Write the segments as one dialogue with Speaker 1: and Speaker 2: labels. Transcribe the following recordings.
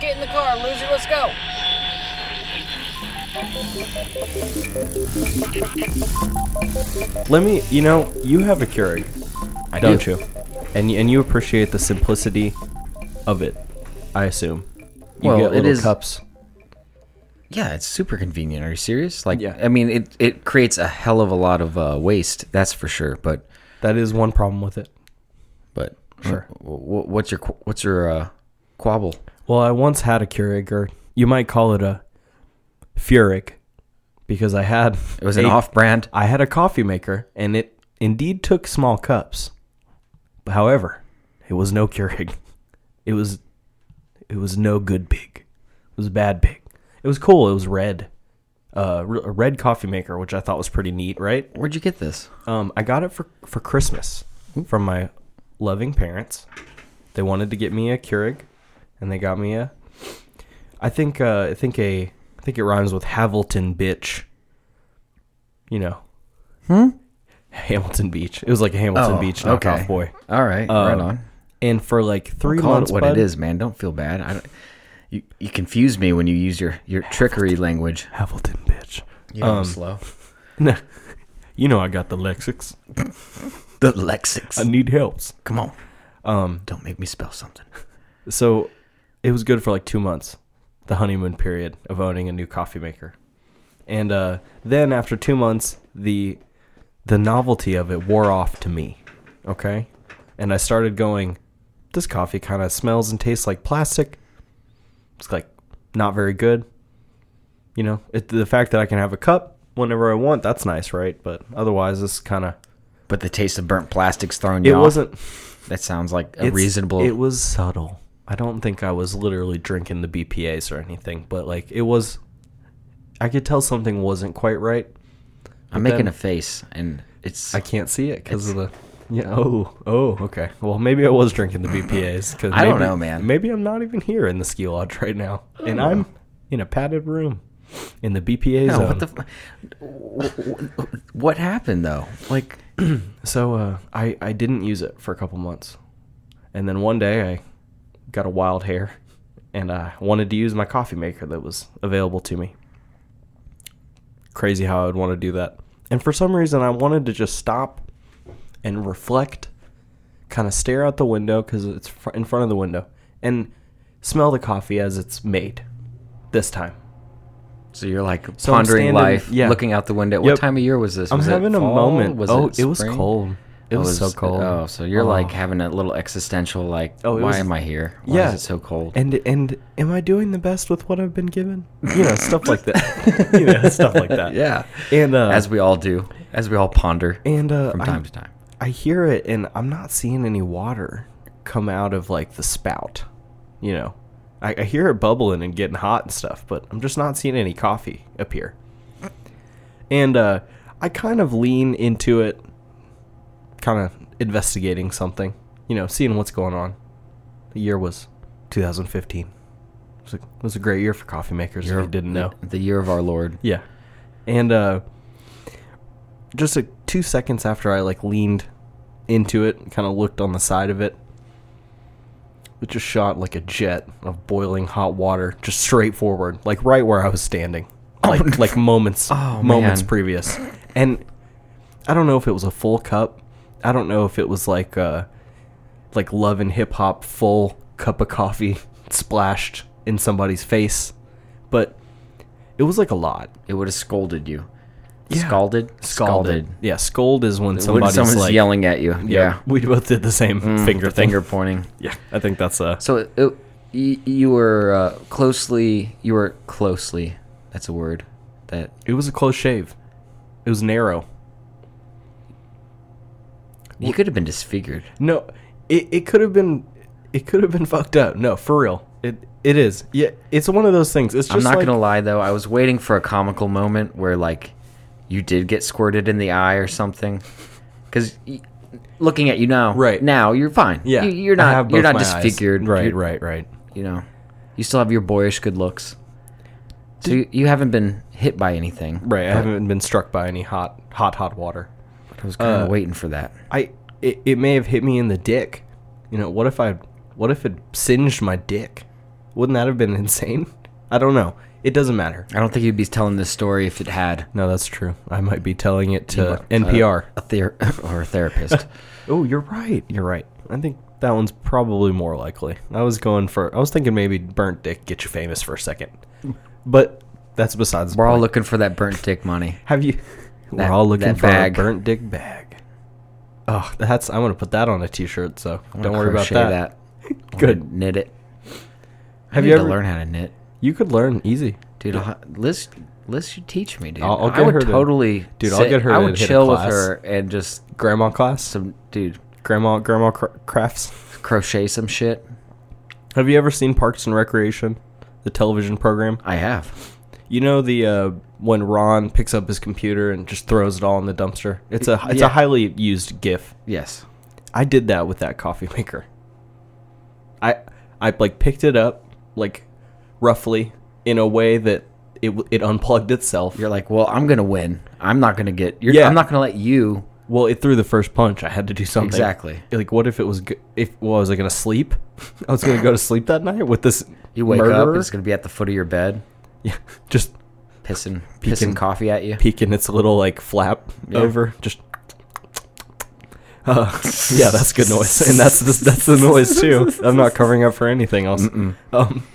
Speaker 1: get in the car, loser. Let's go.
Speaker 2: Let me, you know, you have a Keurig,
Speaker 3: I
Speaker 2: don't
Speaker 3: do.
Speaker 2: you? And y- and you appreciate the simplicity of it, I assume. You
Speaker 3: Well,
Speaker 2: get
Speaker 3: it
Speaker 2: little
Speaker 3: is-
Speaker 2: cups.
Speaker 3: Yeah, it's super convenient. Are you serious? Like,
Speaker 2: Yeah.
Speaker 3: I mean, it it creates a hell of a lot of uh, waste. That's for sure. But
Speaker 2: That is one problem with it.
Speaker 3: but
Speaker 2: Sure.
Speaker 3: w- w- what's your qu- what's your uh, quabble?
Speaker 2: Well, I once had a Keurig, or you might call it a Furig, because I had
Speaker 3: It was an
Speaker 2: a-
Speaker 3: off-brand.
Speaker 2: I had a coffee maker, and it indeed took small cups. However, it was no Keurig. It was, it was no good big. It was bad big. It was cool. It was red, uh, re- a red coffee maker, which I thought was pretty neat, right?
Speaker 3: Where'd you get this?
Speaker 2: Um, I got it for for Christmas from my loving parents. They wanted to get me a Keurig, and they got me a. I think uh, I think a I think it rhymes with Hamilton bitch. You know. Hmm. Hamilton Beach. It was like a Hamilton Beach knockoff boy.
Speaker 3: Oh, All right, right
Speaker 2: Um,
Speaker 3: on.
Speaker 2: And for like three
Speaker 3: Call
Speaker 2: months,
Speaker 3: it what
Speaker 2: bud,
Speaker 3: it is, man. Don't feel bad. I don't, you you confuse me when you use your your trickery language.
Speaker 2: Hamilton bitch.
Speaker 3: You um, slow.
Speaker 2: No, you know I got the lexics.
Speaker 3: The lexics.
Speaker 2: I need helps.
Speaker 3: Come on.
Speaker 2: Um,
Speaker 3: Don't make me spell something.
Speaker 2: So it was good for like two months, the honeymoon period of owning a new coffee maker. And uh, then after two months, the the novelty of it wore off to me. Okay? And I started going, this coffee kind of smells and tastes like plastic. It's like not very good. You know, it, the fact that I can have a cup whenever I want, that's nice, right? But otherwise, this kind of
Speaker 3: But the taste of burnt plastics thrown
Speaker 2: it
Speaker 3: you off.
Speaker 2: wasn't
Speaker 3: That sounds like a
Speaker 2: It's-
Speaker 3: reasonable.
Speaker 2: It was subtle. I don't think I was literally drinking the BPA's or anything, but like it was. I could tell something wasn't quite right.
Speaker 3: I'm making
Speaker 2: then-
Speaker 3: a face, and it's
Speaker 2: I can't see it because of the. Yeah. Oh. Oh. Okay. Well, maybe I was drinking the BPA's. Cause
Speaker 3: I don't
Speaker 2: maybe-
Speaker 3: know, man.
Speaker 2: Maybe I'm not even here in the ski lodge right now, and I'm in a padded room in the BPA
Speaker 3: No,
Speaker 2: zone.
Speaker 3: what the? F- w- w- w- what happened though? Like,
Speaker 2: So uh, I I didn't use it for a couple months, and then one day I got a wild hair, and I wanted to use my coffee maker that was available to me. Crazy how I would want to do that, and for some reason I wanted to just stop and reflect, kind of stare out the window because it's fr- in front of the window, and smell the coffee as it's made. This time,
Speaker 3: so you're like
Speaker 2: So I'm
Speaker 3: pondering
Speaker 2: standing-
Speaker 3: life,
Speaker 2: yeah.
Speaker 3: looking out the window.
Speaker 2: Yep.
Speaker 3: What time of year was this?
Speaker 2: I'm
Speaker 3: Was it
Speaker 2: having a
Speaker 3: fall?
Speaker 2: moment. oh, it,
Speaker 3: it
Speaker 2: was
Speaker 3: spring?
Speaker 2: cold. It
Speaker 3: Oh,
Speaker 2: was, so cold.
Speaker 3: Oh, so you're
Speaker 2: Oh.
Speaker 3: like having a little existential, like,
Speaker 2: Oh, it
Speaker 3: why
Speaker 2: was-
Speaker 3: am I here? Why is it so cold?
Speaker 2: And and am I doing the best with what I've been given? You know, stuff like that. you know, stuff like that.
Speaker 3: yeah,
Speaker 2: And uh,
Speaker 3: as we all do, as we all ponder
Speaker 2: and uh,
Speaker 3: from
Speaker 2: I-
Speaker 3: time to time.
Speaker 2: I hear it, and I'm not seeing any water come out of like the spout. You know, I, I hear it bubbling and getting hot and stuff, but I'm just not seeing any coffee appear. And uh, I kind of lean into it, kind of investigating something. You know, seeing what's going on. The year was 2015. It was a, it was a great year for coffee makers. If you didn't know,
Speaker 3: the year of our Lord.
Speaker 2: yeah. And uh just like two seconds after I like leaned into it, kind of looked on the side of it, it just shot like a jet of boiling hot water just straight forward, like right where I was standing. Like like moments
Speaker 3: Oh,
Speaker 2: moments
Speaker 3: man.
Speaker 2: previous. And I don't know if it was a full cup. I don't know if it was like uh like love and hip hop full cup of coffee splashed in somebody's face. But it was like a lot.
Speaker 3: It would have scolded you.
Speaker 2: Yeah.
Speaker 3: Scalded,
Speaker 2: Scalded. Yeah, scold is when
Speaker 3: When
Speaker 2: somebody's
Speaker 3: someone's
Speaker 2: like
Speaker 3: yelling at you,
Speaker 2: Yeah,
Speaker 3: yeah,
Speaker 2: we both did the same finger
Speaker 3: the
Speaker 2: thing.
Speaker 3: finger pointing.
Speaker 2: Yeah, I think that's uh.
Speaker 3: Mm, So it, it, you, you were uh, closely. You were closely. That's a word. That
Speaker 2: It was a close shave. It was narrow.
Speaker 3: you could have been disfigured.
Speaker 2: No, it it could have been, it could have been fucked up. No, for real. It it is. Yeah, it's one of those things. It's just
Speaker 3: I'm not
Speaker 2: like,
Speaker 3: gonna lie though. I was waiting for a comical moment where like you did get squirted in the eye or something. Because looking at you now,
Speaker 2: Right.
Speaker 3: now you're fine.
Speaker 2: Yeah,
Speaker 3: you, you're
Speaker 2: I
Speaker 3: not.
Speaker 2: have
Speaker 3: you're
Speaker 2: both my
Speaker 3: not
Speaker 2: eyes.
Speaker 3: disfigured.
Speaker 2: Right,
Speaker 3: You're-
Speaker 2: right, right.
Speaker 3: You know, you still have your boyish good looks. So you, you haven't been hit by anything.
Speaker 2: Right. I haven't been struck by any hot, hot, hot water.
Speaker 3: I was kind of
Speaker 2: Uh,
Speaker 3: waiting for that.
Speaker 2: I it, it may have hit me in the dick. You know, what if I what if it singed my dick? Wouldn't that have been insane? I don't know. It doesn't matter.
Speaker 3: I don't think you'd be telling this story if it had
Speaker 2: No, that's true. I might be telling it
Speaker 3: you
Speaker 2: to
Speaker 3: might- uh,
Speaker 2: NPR.
Speaker 3: a, a ther- or a therapist.
Speaker 2: Oh, you're right. You're right. I think that one's probably more likely. I was going for. I was thinking maybe burnt dick get you famous for a second, but that's besides. the
Speaker 3: We're all
Speaker 2: point.
Speaker 3: looking for that burnt dick money.
Speaker 2: Have you?
Speaker 3: That-
Speaker 2: we're all looking
Speaker 3: that
Speaker 2: for a
Speaker 3: bag.
Speaker 2: burnt dick bag. Oh, that's. I'm gonna put that on a t-shirt. So
Speaker 3: I wanna
Speaker 2: don't worry about
Speaker 3: crochet
Speaker 2: that.
Speaker 3: I wanna
Speaker 2: Good.
Speaker 3: knit it. I
Speaker 2: Have
Speaker 3: need
Speaker 2: you
Speaker 3: to
Speaker 2: ever-
Speaker 3: learn how to knit,
Speaker 2: You could learn easy.
Speaker 3: dude? I'll, Liz, Liz, should teach me, dude.
Speaker 2: I'll- I'll
Speaker 3: I
Speaker 2: get
Speaker 3: would
Speaker 2: her to-
Speaker 3: totally,
Speaker 2: Dude, I'll
Speaker 3: sit-
Speaker 2: get her
Speaker 3: I
Speaker 2: to
Speaker 3: would
Speaker 2: hit a
Speaker 3: chill with
Speaker 2: class.
Speaker 3: her and just
Speaker 2: Grandma class.
Speaker 3: some, dude,
Speaker 2: Grandma. Grandma cr- crafts.
Speaker 3: crochet some shit.
Speaker 2: Have you ever seen Parks and Recreation, the television program?
Speaker 3: I have.
Speaker 2: You know the uh, when Ron picks up his computer and just throws it all in the dumpster. It's a it's
Speaker 3: Yeah.
Speaker 2: a highly used GIF.
Speaker 3: Yes.
Speaker 2: I did that with that coffee maker. I I like picked it up like roughly in a way that it w- it unplugged itself.
Speaker 3: You're like, well, I'm gonna win. I'm not gonna get. You're,
Speaker 2: Yeah.
Speaker 3: I'm not gonna let you.
Speaker 2: Well, it threw the first punch. I had to do something.
Speaker 3: Exactly.
Speaker 2: Like, what if it was? Go- if well, was I gonna sleep? I was gonna go to sleep that night with this.
Speaker 3: You wake up,
Speaker 2: murderer?
Speaker 3: and it's gonna be at the foot of your bed,
Speaker 2: yeah, just
Speaker 3: pissing,
Speaker 2: Peeking-
Speaker 3: pissing coffee at you.
Speaker 2: peeking its little like flap
Speaker 3: Yeah.
Speaker 2: over. Just uh, yeah, that's good noise, and that's the, that's the noise too. I'm not covering up for anything else. Um,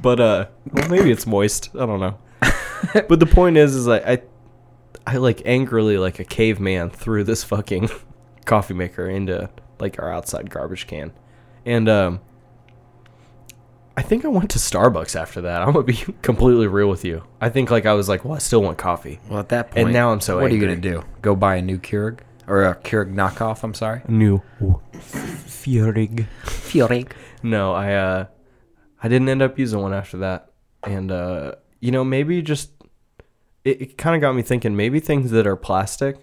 Speaker 2: but uh, well, maybe it's moist. I don't know. but the point is, is I, I I like angrily like a caveman threw this fucking coffee maker into like our outside garbage can, and um. I think I went to Starbucks after that. I'm gonna be completely real with you. I think like I was like, well, I still want coffee.
Speaker 3: Well, at that point,
Speaker 2: And now I'm so
Speaker 3: What are you
Speaker 2: angry.
Speaker 3: gonna do? Go buy a new Keurig or a Keurig knockoff? I'm sorry.
Speaker 2: new Feurig.
Speaker 3: Keurig.
Speaker 2: No, I uh I didn't end up using one after that. And uh you know, maybe just it, it kind of got me thinking maybe things that are plastic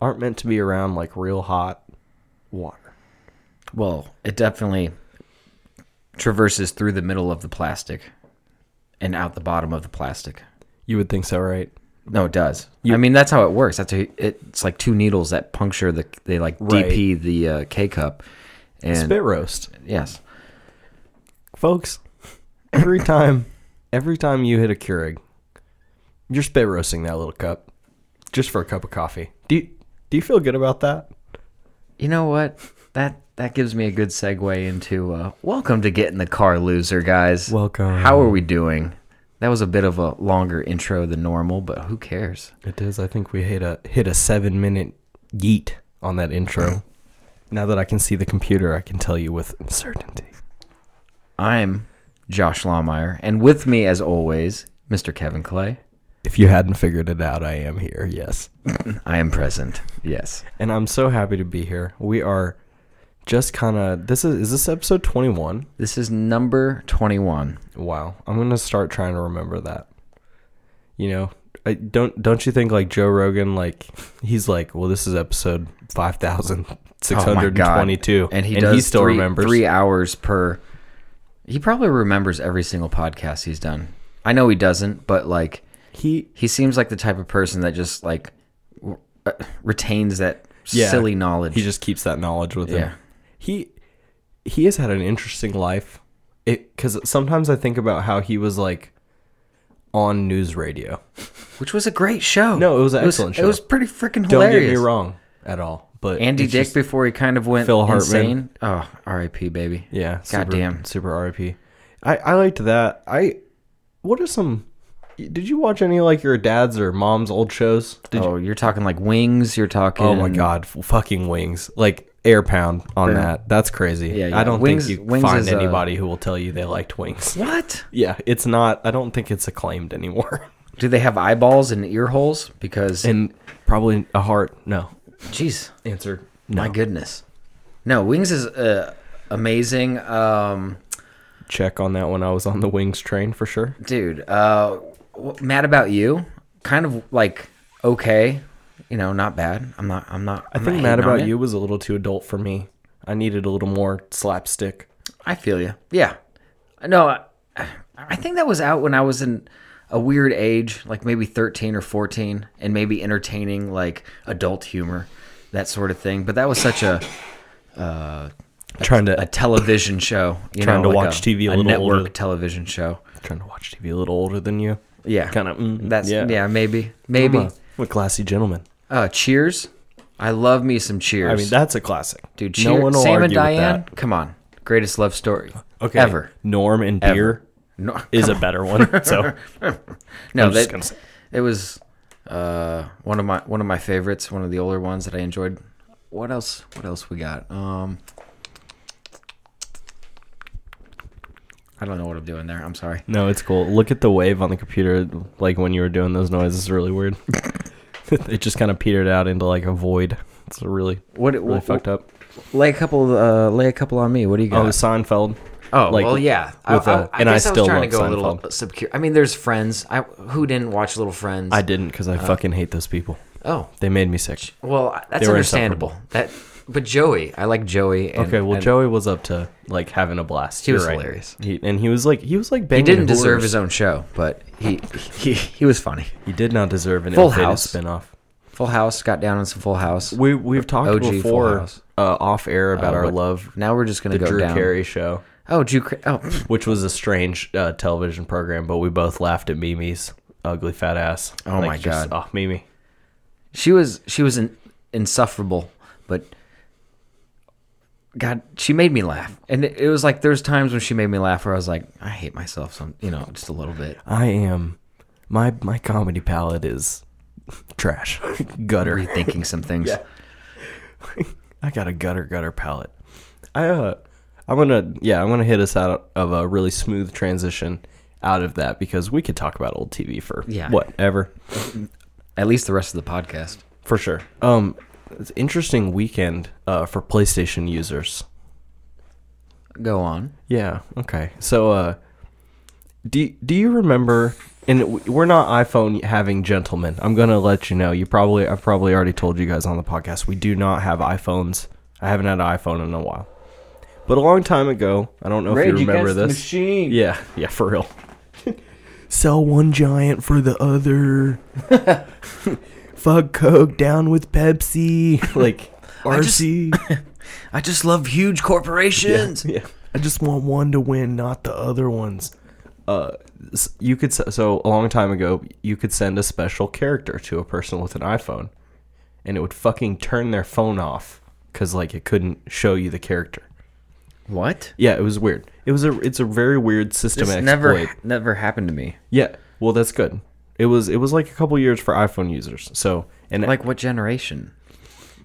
Speaker 2: aren't meant to be around like real hot water.
Speaker 3: Well, it definitely traverses through the middle of the plastic and out the bottom of the plastic.
Speaker 2: You would think so, right?
Speaker 3: No, it does. I mean, that's how it works. That's how, it's like two needles that puncture the. They like
Speaker 2: Right.
Speaker 3: DP the uh, K cup, and
Speaker 2: Spit roast.
Speaker 3: yes,
Speaker 2: Folks, every time every time you hit a Keurig, you're spit roasting that little cup just for a cup of coffee. Do you, do you feel good about that?
Speaker 3: you know what? That that gives me a good segue into uh, welcome to get in the car, loser guys.
Speaker 2: Welcome.
Speaker 3: How are we doing? That was a bit of a longer intro than normal, but who cares?
Speaker 2: It is. I think we hit a hit a seven minute yeet on that intro. now that I can see the computer, I can tell you with certainty.
Speaker 3: I'm Josh Lawmeyer, and with me, as always, Mr. Kevin Clay.
Speaker 2: If you hadn't figured it out, I am here. Yes,
Speaker 3: I am present. Yes.
Speaker 2: and I'm so happy to be here. We are just kind of this is is this episode 21.
Speaker 3: This is number 21.
Speaker 2: Wow, I'm gonna start trying to remember that. You know, I don't don't you think like Joe Rogan like he's like, well, this is episode five thousand six
Speaker 3: Oh my
Speaker 2: hundred
Speaker 3: God.
Speaker 2: twenty-two,
Speaker 3: And he does
Speaker 2: still
Speaker 3: three,
Speaker 2: remembers
Speaker 3: three hours per. He probably remembers every single podcast he's done. I know he doesn't, but like
Speaker 2: he
Speaker 3: he seems like the type of person that just like w- uh, retains that
Speaker 2: Yeah.
Speaker 3: silly knowledge.
Speaker 2: He just keeps that knowledge with
Speaker 3: Yeah.
Speaker 2: him. He he has had an interesting life. It because sometimes I think about how he was like on news radio.
Speaker 3: which was a great show.
Speaker 2: No, it was an excellent
Speaker 3: It
Speaker 2: show.
Speaker 3: was pretty freaking
Speaker 2: Don't
Speaker 3: hilarious.
Speaker 2: get me wrong at all. But
Speaker 3: Andy
Speaker 2: it's
Speaker 3: Dick
Speaker 2: just-
Speaker 3: before he kind of went
Speaker 2: Phil Hartman.
Speaker 3: insane. Oh, R.I.P. baby.
Speaker 2: yeah, super,
Speaker 3: Goddamn.
Speaker 2: super RIP. I I liked that. I what are some? Did you watch any like your dad's or mom's old shows? Did you,
Speaker 3: oh, you're talking like wings. You're talking.
Speaker 2: oh my god, f- fucking wings like. Air pound on
Speaker 3: Yeah.
Speaker 2: that. That's crazy.
Speaker 3: Yeah, yeah.
Speaker 2: I don't
Speaker 3: Wings-
Speaker 2: think you
Speaker 3: Wings
Speaker 2: find
Speaker 3: is, uh,
Speaker 2: anybody who will tell you they liked wings.
Speaker 3: What?
Speaker 2: Yeah, it's not. I don't think it's acclaimed anymore.
Speaker 3: Do they have eyeballs and ear holes? Because,
Speaker 2: And probably a heart. No.
Speaker 3: jeez,
Speaker 2: Answer.
Speaker 3: my goodness. No, wings is uh, amazing. Um,
Speaker 2: Check on that when I was on the wings train for sure.
Speaker 3: dude, uh, w- mad about you. Kind of like okay, you know, not bad. I'm not. I'm not.
Speaker 2: I think Mad About You was a little too adult for me. I needed a little more slapstick.
Speaker 3: I feel you. Yeah. No, I, I think that was out when I was in a weird age, like maybe 13 or 14, and maybe entertaining like adult humor, that sort of thing. But that was such a uh,
Speaker 2: trying to
Speaker 3: a television show. You
Speaker 2: Trying
Speaker 3: know,
Speaker 2: to
Speaker 3: like
Speaker 2: watch TV a little
Speaker 3: network
Speaker 2: older.
Speaker 3: television show.
Speaker 2: trying to watch TV a little older than you.
Speaker 3: Yeah,
Speaker 2: Kind of. Mm,
Speaker 3: That's yeah.
Speaker 2: yeah.
Speaker 3: maybe, maybe.
Speaker 2: I'm a, I'm a classy gentleman.
Speaker 3: Uh, Cheers. I love me some Cheers.
Speaker 2: I mean, that's a classic,
Speaker 3: dude, Cheer- Sam and Diane. Come on, greatest love story
Speaker 2: Okay.
Speaker 3: ever.
Speaker 2: Norm and
Speaker 3: Ever.
Speaker 2: beer
Speaker 3: No,
Speaker 2: is a better one. So
Speaker 3: no,
Speaker 2: I'm just
Speaker 3: that-
Speaker 2: gonna say-
Speaker 3: it was uh, one of my one of my favorites, one of the older ones that I enjoyed. What else? What else we got? Um, I don't know what I'm doing there. I'm sorry.
Speaker 2: no, it's cool. Look at the wave on the computer. Like when you were doing those noises, it's really weird. it just kind of petered out into like a void. It's really
Speaker 3: What?
Speaker 2: really fucked up.
Speaker 3: Lay a couple. Uh, lay a couple on me. What do you got?
Speaker 2: Oh, Seinfeld.
Speaker 3: Oh
Speaker 2: Like,
Speaker 3: well, yeah.
Speaker 2: with, uh, and I
Speaker 3: guess
Speaker 2: still
Speaker 3: was trying to
Speaker 2: love
Speaker 3: go a little
Speaker 2: Seinfeld.
Speaker 3: subcu- I mean, there's Friends. I who didn't watch Little Friends.
Speaker 2: I didn't because
Speaker 3: Uh,
Speaker 2: I fucking hate those people.
Speaker 3: oh
Speaker 2: They made me sick.
Speaker 3: well, that's
Speaker 2: They were
Speaker 3: understandable. That but Joey, I like Joey. And,
Speaker 2: Okay, well,
Speaker 3: and
Speaker 2: Joey was up to like having a blast.
Speaker 3: He
Speaker 2: You're
Speaker 3: was
Speaker 2: right.
Speaker 3: hilarious.
Speaker 2: He, and he was like, he was like,
Speaker 3: he didn't deserve his own show, but he he, he was funny.
Speaker 2: He did not deserve an
Speaker 3: Full
Speaker 2: Full
Speaker 3: House.
Speaker 2: spin spinoff.
Speaker 3: Full House got down on some Full House.
Speaker 2: We we've talked
Speaker 3: OG Full
Speaker 2: before
Speaker 3: House.
Speaker 2: uh, off air about
Speaker 3: Uh,
Speaker 2: our
Speaker 3: what-
Speaker 2: love
Speaker 3: Now we're just gonna
Speaker 2: the
Speaker 3: go
Speaker 2: Drew
Speaker 3: down.
Speaker 2: Carey show,
Speaker 3: Oh, Drew. Car- Oh,
Speaker 2: which was a strange uh, television program, but we both laughed at Mimi's ugly fat ass.
Speaker 3: Oh my God.
Speaker 2: oh Mimi,
Speaker 3: she was she was in, insufferable, but God, she made me laugh, and it, it was like there's times when she made me laugh where I was like, I hate myself some, you know, just a little bit.
Speaker 2: I am my my comedy palette is trash gutter.
Speaker 3: rethinking some things.
Speaker 2: I got a gutter gutter palette. I uh, I'm gonna yeah, I'm gonna hit us out of a really smooth transition out of that because we could talk about old TV for
Speaker 3: Yeah.
Speaker 2: whatever
Speaker 3: At least the rest of the podcast.
Speaker 2: for sure. Um, it's an interesting weekend uh, for PlayStation users.
Speaker 3: Go on.
Speaker 2: Yeah. Okay. So uh, do do you remember? And w- we're not iPhone having gentlemen. I'm gonna let you know. You probably I've probably already told you guys on the podcast. We do not have iPhones. I haven't had an iPhone in a while. But a long time ago, I don't know if you remember this.
Speaker 3: machine.
Speaker 2: Yeah, yeah, for real. Sell one giant for the other. Fuck Coke, down with Pepsi. Like
Speaker 3: just- I just love huge corporations.
Speaker 2: yeah. I just want one to win, not the other ones. Uh, s- you could s- so a long time ago, you could send a special character to a person with an iPhone, and it would fucking turn their phone off because like it couldn't show you the character.
Speaker 3: What?
Speaker 2: Yeah, it was weird. It was a it's a very weird system.
Speaker 3: This
Speaker 2: exploit.
Speaker 3: never never happened to me.
Speaker 2: Yeah. Well, that's good. It was it was like a couple years for iPhone users. So and
Speaker 3: Like what generation?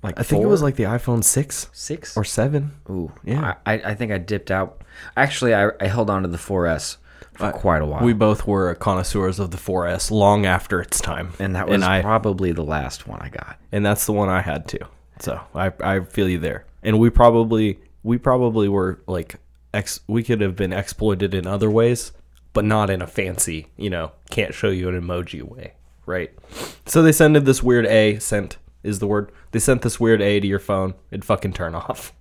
Speaker 3: Like
Speaker 2: I think it
Speaker 3: four?
Speaker 2: was like the iPhone six
Speaker 3: six
Speaker 2: or seven.
Speaker 3: Ooh,
Speaker 2: Yeah.
Speaker 3: I, I think I dipped out. Actually, I, I held on to the 4S for quite a while.
Speaker 2: We both were connoisseurs of the 4S long after its time,
Speaker 3: and that was
Speaker 2: I
Speaker 3: probably the last one I got.
Speaker 2: and that's the one I had too. So I I feel you there. And we probably we probably were like ex we could have been exploited in other ways, but not in a fancy you know can't show you an emoji way, right? So they sended this weird A sent is the word they sent this weird A to your phone. It'd fucking turn off,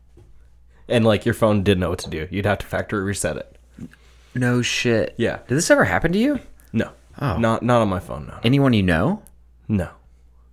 Speaker 2: and like your phone didn't know what to do. You'd have to factory reset it.
Speaker 3: No shit.
Speaker 2: Yeah.
Speaker 3: Did this ever happen to you?
Speaker 2: No, not not on my phone. No,
Speaker 3: Anyone you know?
Speaker 2: no.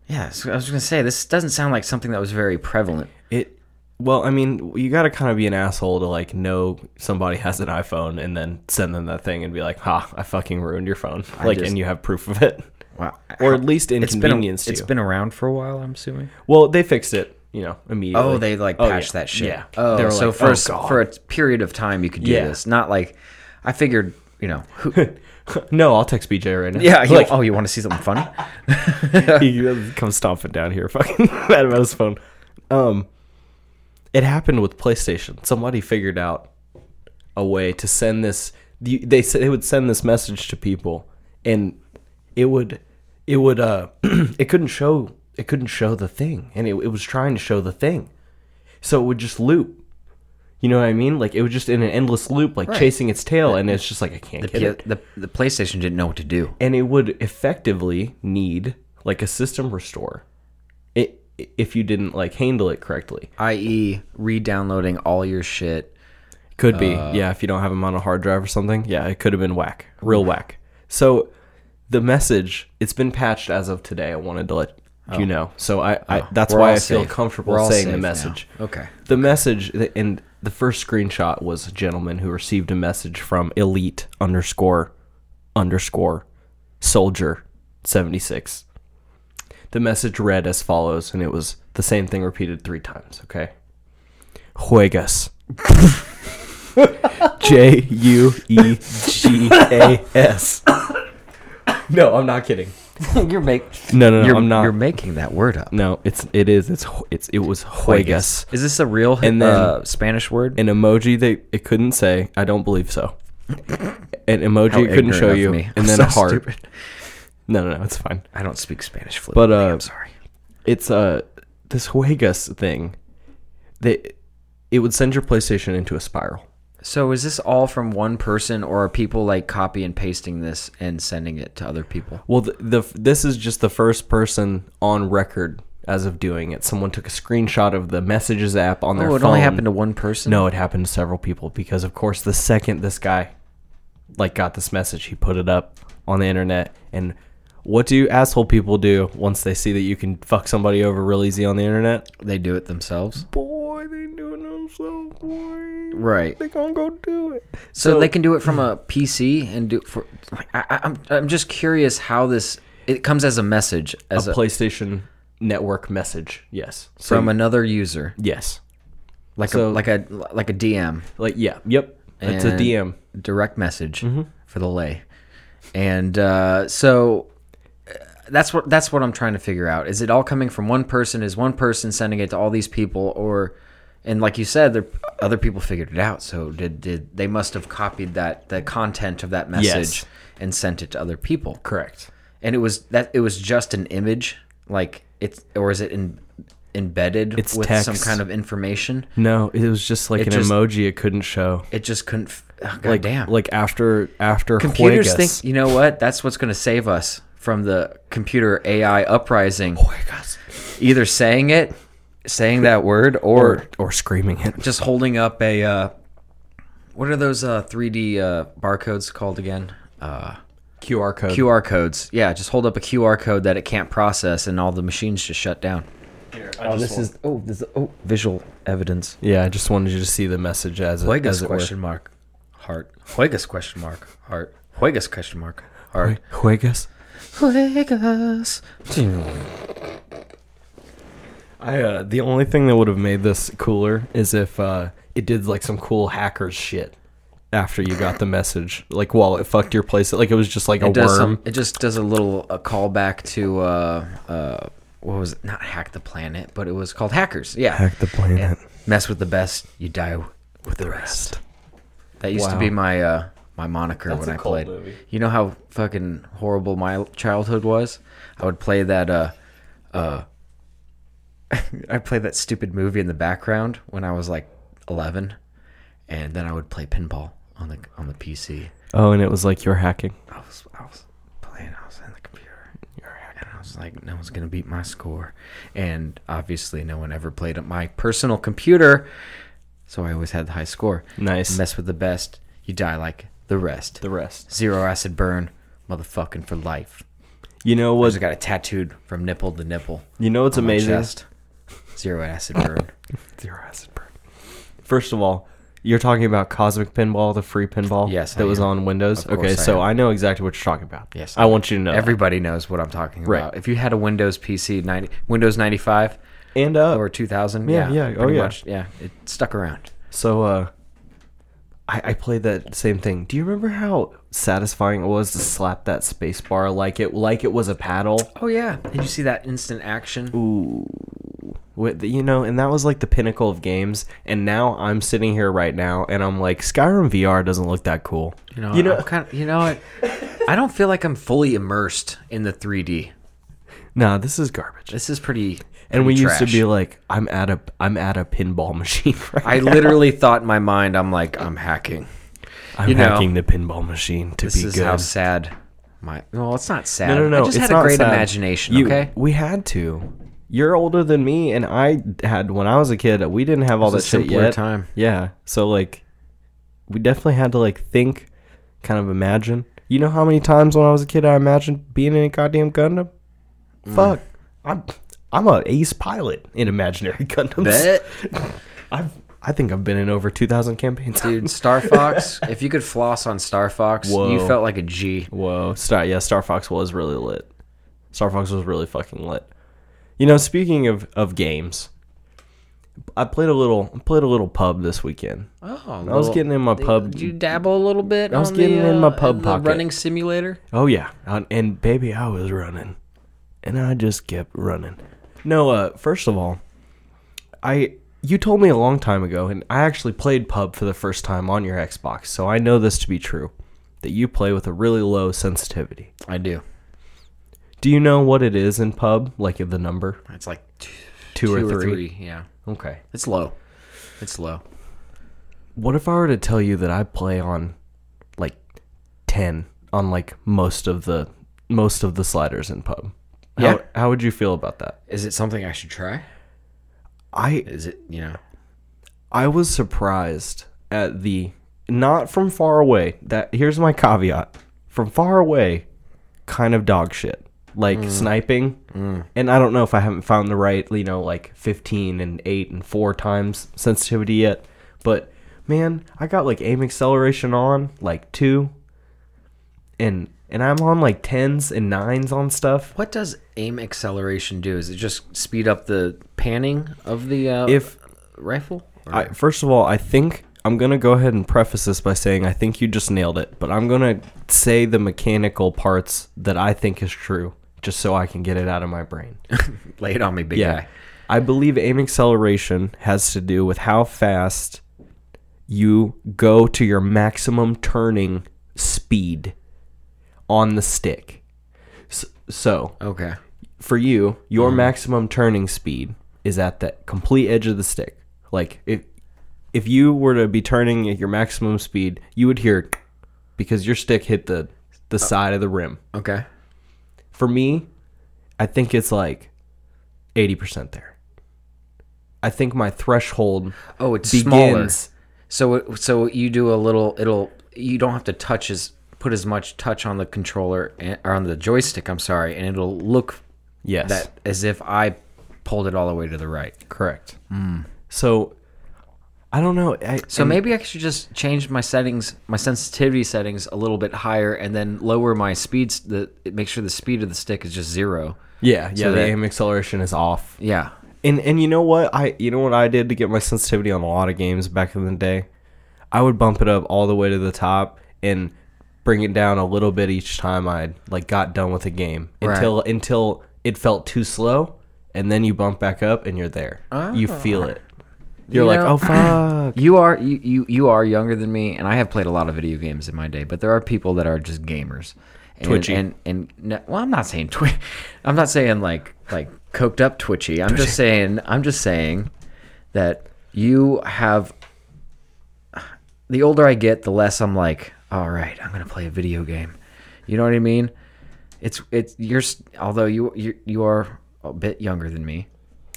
Speaker 3: Yeah, so I was going to say, this doesn't sound like something that was very prevalent.
Speaker 2: It well, I mean, you got to kind of be an asshole to like know somebody has an iPhone and then send them that thing and be like, "Ha, I fucking ruined your phone." like,
Speaker 3: just-
Speaker 2: and you have proof of it,
Speaker 3: Wow.
Speaker 2: or at least
Speaker 3: It's been, a,
Speaker 2: inconvenienced
Speaker 3: it's
Speaker 2: you.
Speaker 3: been around for a while, I'm assuming.
Speaker 2: well, they fixed it, you know, immediately.
Speaker 3: Oh, they like
Speaker 2: Oh,
Speaker 3: patched
Speaker 2: yeah.
Speaker 3: that shit.
Speaker 2: Yeah.
Speaker 3: Oh,
Speaker 2: They were
Speaker 3: so
Speaker 2: like,
Speaker 3: for,
Speaker 2: "Oh,
Speaker 3: a s-
Speaker 2: God."
Speaker 3: for a period of time, you could do
Speaker 2: Yeah.
Speaker 3: this. Not like, I figured, you know, who,
Speaker 2: no, I'll text BJ right now.
Speaker 3: yeah, you,
Speaker 2: like
Speaker 3: oh, you want to see something funny?
Speaker 2: he comes stomping down here, fucking mad about his phone. Um, it happened with PlayStation. Somebody figured out a way to send this. They they said they would send this message to people, and it would it would uh it couldn't show it couldn't show the thing, and it, it was trying to show the thing, so it would just loop. You know what I mean? Like it was just in an endless loop, like chasing its tail, and it's just like I can't get
Speaker 3: Yeah,
Speaker 2: it
Speaker 3: the, the PlayStation didn't know what to do.
Speaker 2: and it would effectively need like a system restore it, if you didn't like handle it correctly
Speaker 3: i.e., e, re-downloading all your shit.
Speaker 2: could be
Speaker 3: Uh.
Speaker 2: yeah if you don't have them on a hard drive or something yeah it could have been whack real whack so the message it's been patched as of today i wanted to let you know so i, I that's
Speaker 3: Oh. Ah, We're
Speaker 2: why
Speaker 3: all
Speaker 2: i feel
Speaker 3: safe.
Speaker 2: comfortable
Speaker 3: We're all
Speaker 2: saying
Speaker 3: safe
Speaker 2: the
Speaker 3: now.
Speaker 2: message
Speaker 3: Okay.
Speaker 2: the message that- and the first screenshot was a gentleman who received a message from elite underscore underscore soldier 76. The message read as follows, and it was the same thing repeated three times, okay? Juegas. J U E G A S. No, I'm not kidding.
Speaker 3: you're making.
Speaker 2: No, no, no,
Speaker 3: you're,
Speaker 2: I'm not.
Speaker 3: You're making that word up.
Speaker 2: No, it's it is it's it's it was juegas.
Speaker 3: Is this a real
Speaker 2: And then-
Speaker 3: uh, Spanish word?
Speaker 2: an emoji they it couldn't say. I don't believe so. An emoji
Speaker 3: How
Speaker 2: it couldn't
Speaker 3: Oh, ignorant
Speaker 2: show
Speaker 3: of
Speaker 2: you,
Speaker 3: me. I'm
Speaker 2: and then
Speaker 3: so
Speaker 2: a heart.
Speaker 3: stupid.
Speaker 2: No, no, no, it's fine.
Speaker 3: I don't speak Spanish fluently.
Speaker 2: uh,
Speaker 3: I'm sorry.
Speaker 2: It's uh this Juegas thing. They it would send your PlayStation into a spiral.
Speaker 3: So is this all from one person, or are people like copy and pasting this and sending it to other people?
Speaker 2: Well, the, the this is just the first person on record as of doing it. Someone took a screenshot of the messages app on their
Speaker 3: Oh, it
Speaker 2: phone.
Speaker 3: only happened to one person.
Speaker 2: No, it happened to several people because, of course, the second this guy like got this message, he put it up on the internet. And what do asshole people do once they see that you can fuck somebody over real easy on the internet?
Speaker 3: they do it themselves.
Speaker 2: Boy, they doing themselves. Boy,
Speaker 3: Right.
Speaker 2: they gonna go do it.
Speaker 3: So, they can do it from a PC and do for. I, I, I'm I'm just curious how this it comes as a message as a,
Speaker 2: PlayStation Network message. Yes. So,
Speaker 3: from another user,
Speaker 2: yes.
Speaker 3: like
Speaker 2: So-
Speaker 3: a like a like a DM,
Speaker 2: Like yeah. Yep. It's a
Speaker 3: And-
Speaker 2: DM.
Speaker 3: direct message
Speaker 2: Mm-hmm.
Speaker 3: for the lay, and uh, so. uh, That's what that's what I'm trying to figure out. Is it all coming from one person? Is one person sending it to all these people, or, and like you said, there, other people figured it out. So did did they must have copied that the content of that message
Speaker 2: Yes.
Speaker 3: and sent it to other people?
Speaker 2: Correct.
Speaker 3: and it was that it was just an image like it's or is it in, embedded
Speaker 2: It's
Speaker 3: with some
Speaker 2: text.
Speaker 3: kind of information
Speaker 2: No, it was just like
Speaker 3: It
Speaker 2: an
Speaker 3: just-
Speaker 2: emoji. It couldn't show.
Speaker 3: it just couldn't f- oh, god
Speaker 2: Like
Speaker 3: damn
Speaker 2: Like after after
Speaker 3: computers
Speaker 2: Juegas.
Speaker 3: think you know what that's what's going to save us from the computer ai uprising
Speaker 2: Juegas.
Speaker 3: either saying it saying that word or,
Speaker 2: or or screaming it.
Speaker 3: just holding up a uh, what are those uh, 3d uh, barcodes called again uh,
Speaker 2: QR code.
Speaker 3: qr codes yeah just hold up a qr code that it can't process and all the machines just shut down Oh, this is oh, this is, oh visual evidence.
Speaker 2: yeah, I just wanted you to see the message as it, as
Speaker 3: Juegas
Speaker 2: it
Speaker 3: question mark heart. Juegas question mark heart. Juegas question mark
Speaker 2: were.
Speaker 3: heart.
Speaker 2: Juegas.
Speaker 3: Juegas.
Speaker 2: I uh, the only thing that would have made this cooler is if uh, it did like some cool hackers shit after you got the message, like while it fucked your place, like it was just like a
Speaker 3: It does
Speaker 2: worm.
Speaker 3: some, It just does a little a callback to uh uh what was it? Not hack the planet, but it was called hackers. Yeah,
Speaker 2: Hack the planet
Speaker 3: mess with the best, you die with the rest. That used to
Speaker 2: Wow.
Speaker 3: be my uh, my moniker
Speaker 2: That's
Speaker 3: when
Speaker 2: a
Speaker 3: I
Speaker 2: cool
Speaker 3: played.
Speaker 2: movie.
Speaker 3: You know how fucking horrible my childhood was. I would play that. Uh, uh, I played that stupid movie in the background when I was like eleven, and then I would play pinball on the on the PC.
Speaker 2: Oh, and it was like you're hacking.
Speaker 3: I was I was playing. I was in the computer. And I was like, no one's gonna beat my score, and obviously, no one ever played at my personal computer, so I always had the high score
Speaker 2: Nice.
Speaker 3: mess with the best, you die like the rest.
Speaker 2: the rest.
Speaker 3: Zero acid burn, motherfucking for life.
Speaker 2: You know
Speaker 3: I
Speaker 2: what?
Speaker 3: just got it tattooed from nipple to nipple.
Speaker 2: You know what's
Speaker 3: on my
Speaker 2: amazing.
Speaker 3: chest. Zero acid burn.
Speaker 2: Zero acid burn. First of all, you're talking about Cosmic Pinball, the free pinball
Speaker 3: Yes, I
Speaker 2: that was
Speaker 3: am.
Speaker 2: on Windows.
Speaker 3: Of course
Speaker 2: okay,
Speaker 3: I
Speaker 2: so
Speaker 3: am.
Speaker 2: I know exactly what you're talking about.
Speaker 3: Yes,
Speaker 2: I
Speaker 3: I
Speaker 2: want you to know. that.
Speaker 3: Everybody knows what I'm talking
Speaker 2: Right.
Speaker 3: about. If you had a Windows PC, 90, Windows 95
Speaker 2: and uh,
Speaker 3: or 2000,
Speaker 2: Yeah,
Speaker 3: yeah,
Speaker 2: yeah, oh,
Speaker 3: pretty
Speaker 2: yeah.
Speaker 3: much, yeah, it stuck around.
Speaker 2: so uh, I, I played that same thing. Do you remember how satisfying it was to slap that space bar like it like it was a paddle?
Speaker 3: Oh yeah, did you see that instant action?
Speaker 2: With, you know, and that was like the pinnacle of games. And now I'm sitting here right now, and I'm like, Skyrim VR doesn't look that cool.
Speaker 3: You know, I'm kind of, you know, I, I don't feel like I'm fully immersed in the 3D.
Speaker 2: nah, this is garbage.
Speaker 3: This is pretty.
Speaker 2: And
Speaker 3: pretty
Speaker 2: we used to
Speaker 3: trash.
Speaker 2: be like, I'm at a I'm at a pinball machine right
Speaker 3: I literally thought in my mind, I'm like, I'm hacking.
Speaker 2: I'm
Speaker 3: You know,
Speaker 2: hacking the pinball machine to
Speaker 3: This
Speaker 2: be
Speaker 3: is
Speaker 2: good.
Speaker 3: how sad my. No, it's not sad.
Speaker 2: no, no, no.
Speaker 3: I just
Speaker 2: it's
Speaker 3: had a
Speaker 2: not
Speaker 3: great
Speaker 2: sad.
Speaker 3: imagination.
Speaker 2: You-
Speaker 3: okay,
Speaker 2: we had to. You're older than me, and I had when I was a kid. We didn't have all that
Speaker 3: was a
Speaker 2: shit
Speaker 3: simpler
Speaker 2: yet.
Speaker 3: time.
Speaker 2: Yeah, so like, we definitely had to like think, kind of imagine. You know how many times when I was a kid I imagined being in a goddamn Gundam?
Speaker 3: Mm.
Speaker 2: Fuck, I'm I'm a ace pilot in imaginary Gundams.
Speaker 3: bet
Speaker 2: I've I think I've been in over 2,000 campaigns.
Speaker 3: Dude, Star Fox, if you could floss on Star Fox, you
Speaker 2: Whoa.
Speaker 3: felt like a G.
Speaker 2: Whoa, Star yeah, Star Fox was really lit. Star Fox was really fucking lit. You know, speaking of, of games, I played a little I played a little pub this weekend.
Speaker 3: Oh,
Speaker 2: I was getting in my pub.
Speaker 3: Did you dabble a little bit? I
Speaker 2: was getting in my pub pocket.
Speaker 3: running simulator.
Speaker 2: Oh yeah, and, and baby, I was running, and I just kept running. No, uh, first of all, I you told me a long time ago, and I actually played pub for the first time on your Xbox, so I know this to be true, that you play with a really low sensitivity.
Speaker 3: I do.
Speaker 2: Do you know what it is in pub, like the number?
Speaker 3: It's like two,
Speaker 2: two,
Speaker 3: two
Speaker 2: or, three.
Speaker 3: Yeah,
Speaker 2: Okay.
Speaker 3: it's low. It's low.
Speaker 2: What if I were to tell you that I play on like 10 on like most of the most of the sliders in pub? How,
Speaker 3: Yeah.
Speaker 2: how would you feel about that?
Speaker 3: Is it something I should try?
Speaker 2: I
Speaker 3: Is it you know?
Speaker 2: I was surprised at the not from far away. That here's my caveat. From far away, kind of dog shit. Like sniping. And I don't know if I haven't found the right, you know, like 15 and 8 and 4 times sensitivity yet, but man, I got like aim acceleration on like 2 and and I'm on like 10s and 9s on stuff.
Speaker 3: What does aim acceleration do? Is it just speed up the panning of the uh,
Speaker 2: If
Speaker 3: rifle? Or-
Speaker 2: I, first of all, I think I'm gonna go ahead and preface this by saying I think you just nailed it, but I'm gonna say the mechanical parts that I think is true, just so I can get it out of my brain.
Speaker 3: lay it on me, big guy.
Speaker 2: I believe aim acceleration has to do with how fast you go to your maximum turning speed on the stick. S so
Speaker 3: Okay.
Speaker 2: for you, your
Speaker 3: Mm-hmm.
Speaker 2: maximum turning speed is at the complete edge of the stick. Like if if you were to be turning at your maximum speed, you would hear because your stick hit the
Speaker 3: Oh.
Speaker 2: the side of the rim.
Speaker 3: Okay.
Speaker 2: For me, I think it's like 80% there. I think my threshold
Speaker 3: Oh, it's smaller.
Speaker 2: begins
Speaker 3: So it- so you do a little. It'll you don't have to touch as put as much touch on the controller and, or on the joystick. I'm sorry, and it'll look
Speaker 2: yes.
Speaker 3: that as if I pulled it all the way to the right.
Speaker 2: correct. So I don't know. I,
Speaker 3: Mm. So maybe I should just change my settings, my sensitivity settings a little bit higher, and then lower my speeds. The make sure the speed of the stick is just zero.
Speaker 2: yeah, yeah, the
Speaker 3: that-
Speaker 2: aim acceleration is off.
Speaker 3: Yeah.
Speaker 2: And and you know what I you know what I did to get my sensitivity on a lot of games back in the day? I would bump it up all the way to the top and bring it down a little bit each time I like got done with a game until until it felt too slow and then you bump back up and you're there. You feel it. Ah. You're
Speaker 3: You
Speaker 2: like,
Speaker 3: know-
Speaker 2: "Oh fuck."
Speaker 3: You are you, you you are younger than me, and I have played a lot of video games in my day. But there are people that are just gamers, and,
Speaker 2: Twitchy.
Speaker 3: and and no, well, I'm not saying twi- I'm not saying like like coked up twitchy. I'm just saying I'm just saying that you have. The older I get, the less I'm like, all right, I'm gonna play a video game. You know what I mean? It's it's you're s- although you you you are a bit younger than me,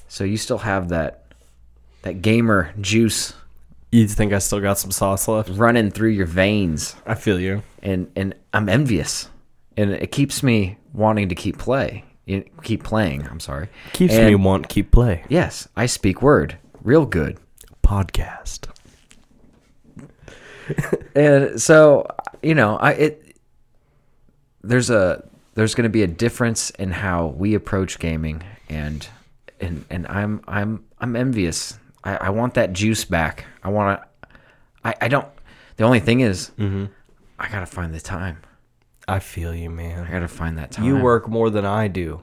Speaker 3: so you still have that that gamer juice
Speaker 2: you think I still got some sauce left?
Speaker 3: running through your veins
Speaker 2: I feel you.
Speaker 3: and and I'm envious and it keeps me wanting to keep play you- keep playing I'm sorry
Speaker 2: Keeps
Speaker 3: And-
Speaker 2: me want keep play.
Speaker 3: yes I speak word real good
Speaker 2: Podcast.
Speaker 3: and so you know I it there's a there's going to be a difference in how we approach gaming and and and I'm I'm I'm envious I, I want that juice back I want to I, I don't the only thing is
Speaker 2: Mm-hmm.
Speaker 3: I gotta find the time
Speaker 2: I feel you,
Speaker 3: I
Speaker 2: man.
Speaker 3: gotta find that time
Speaker 2: You work more than I do.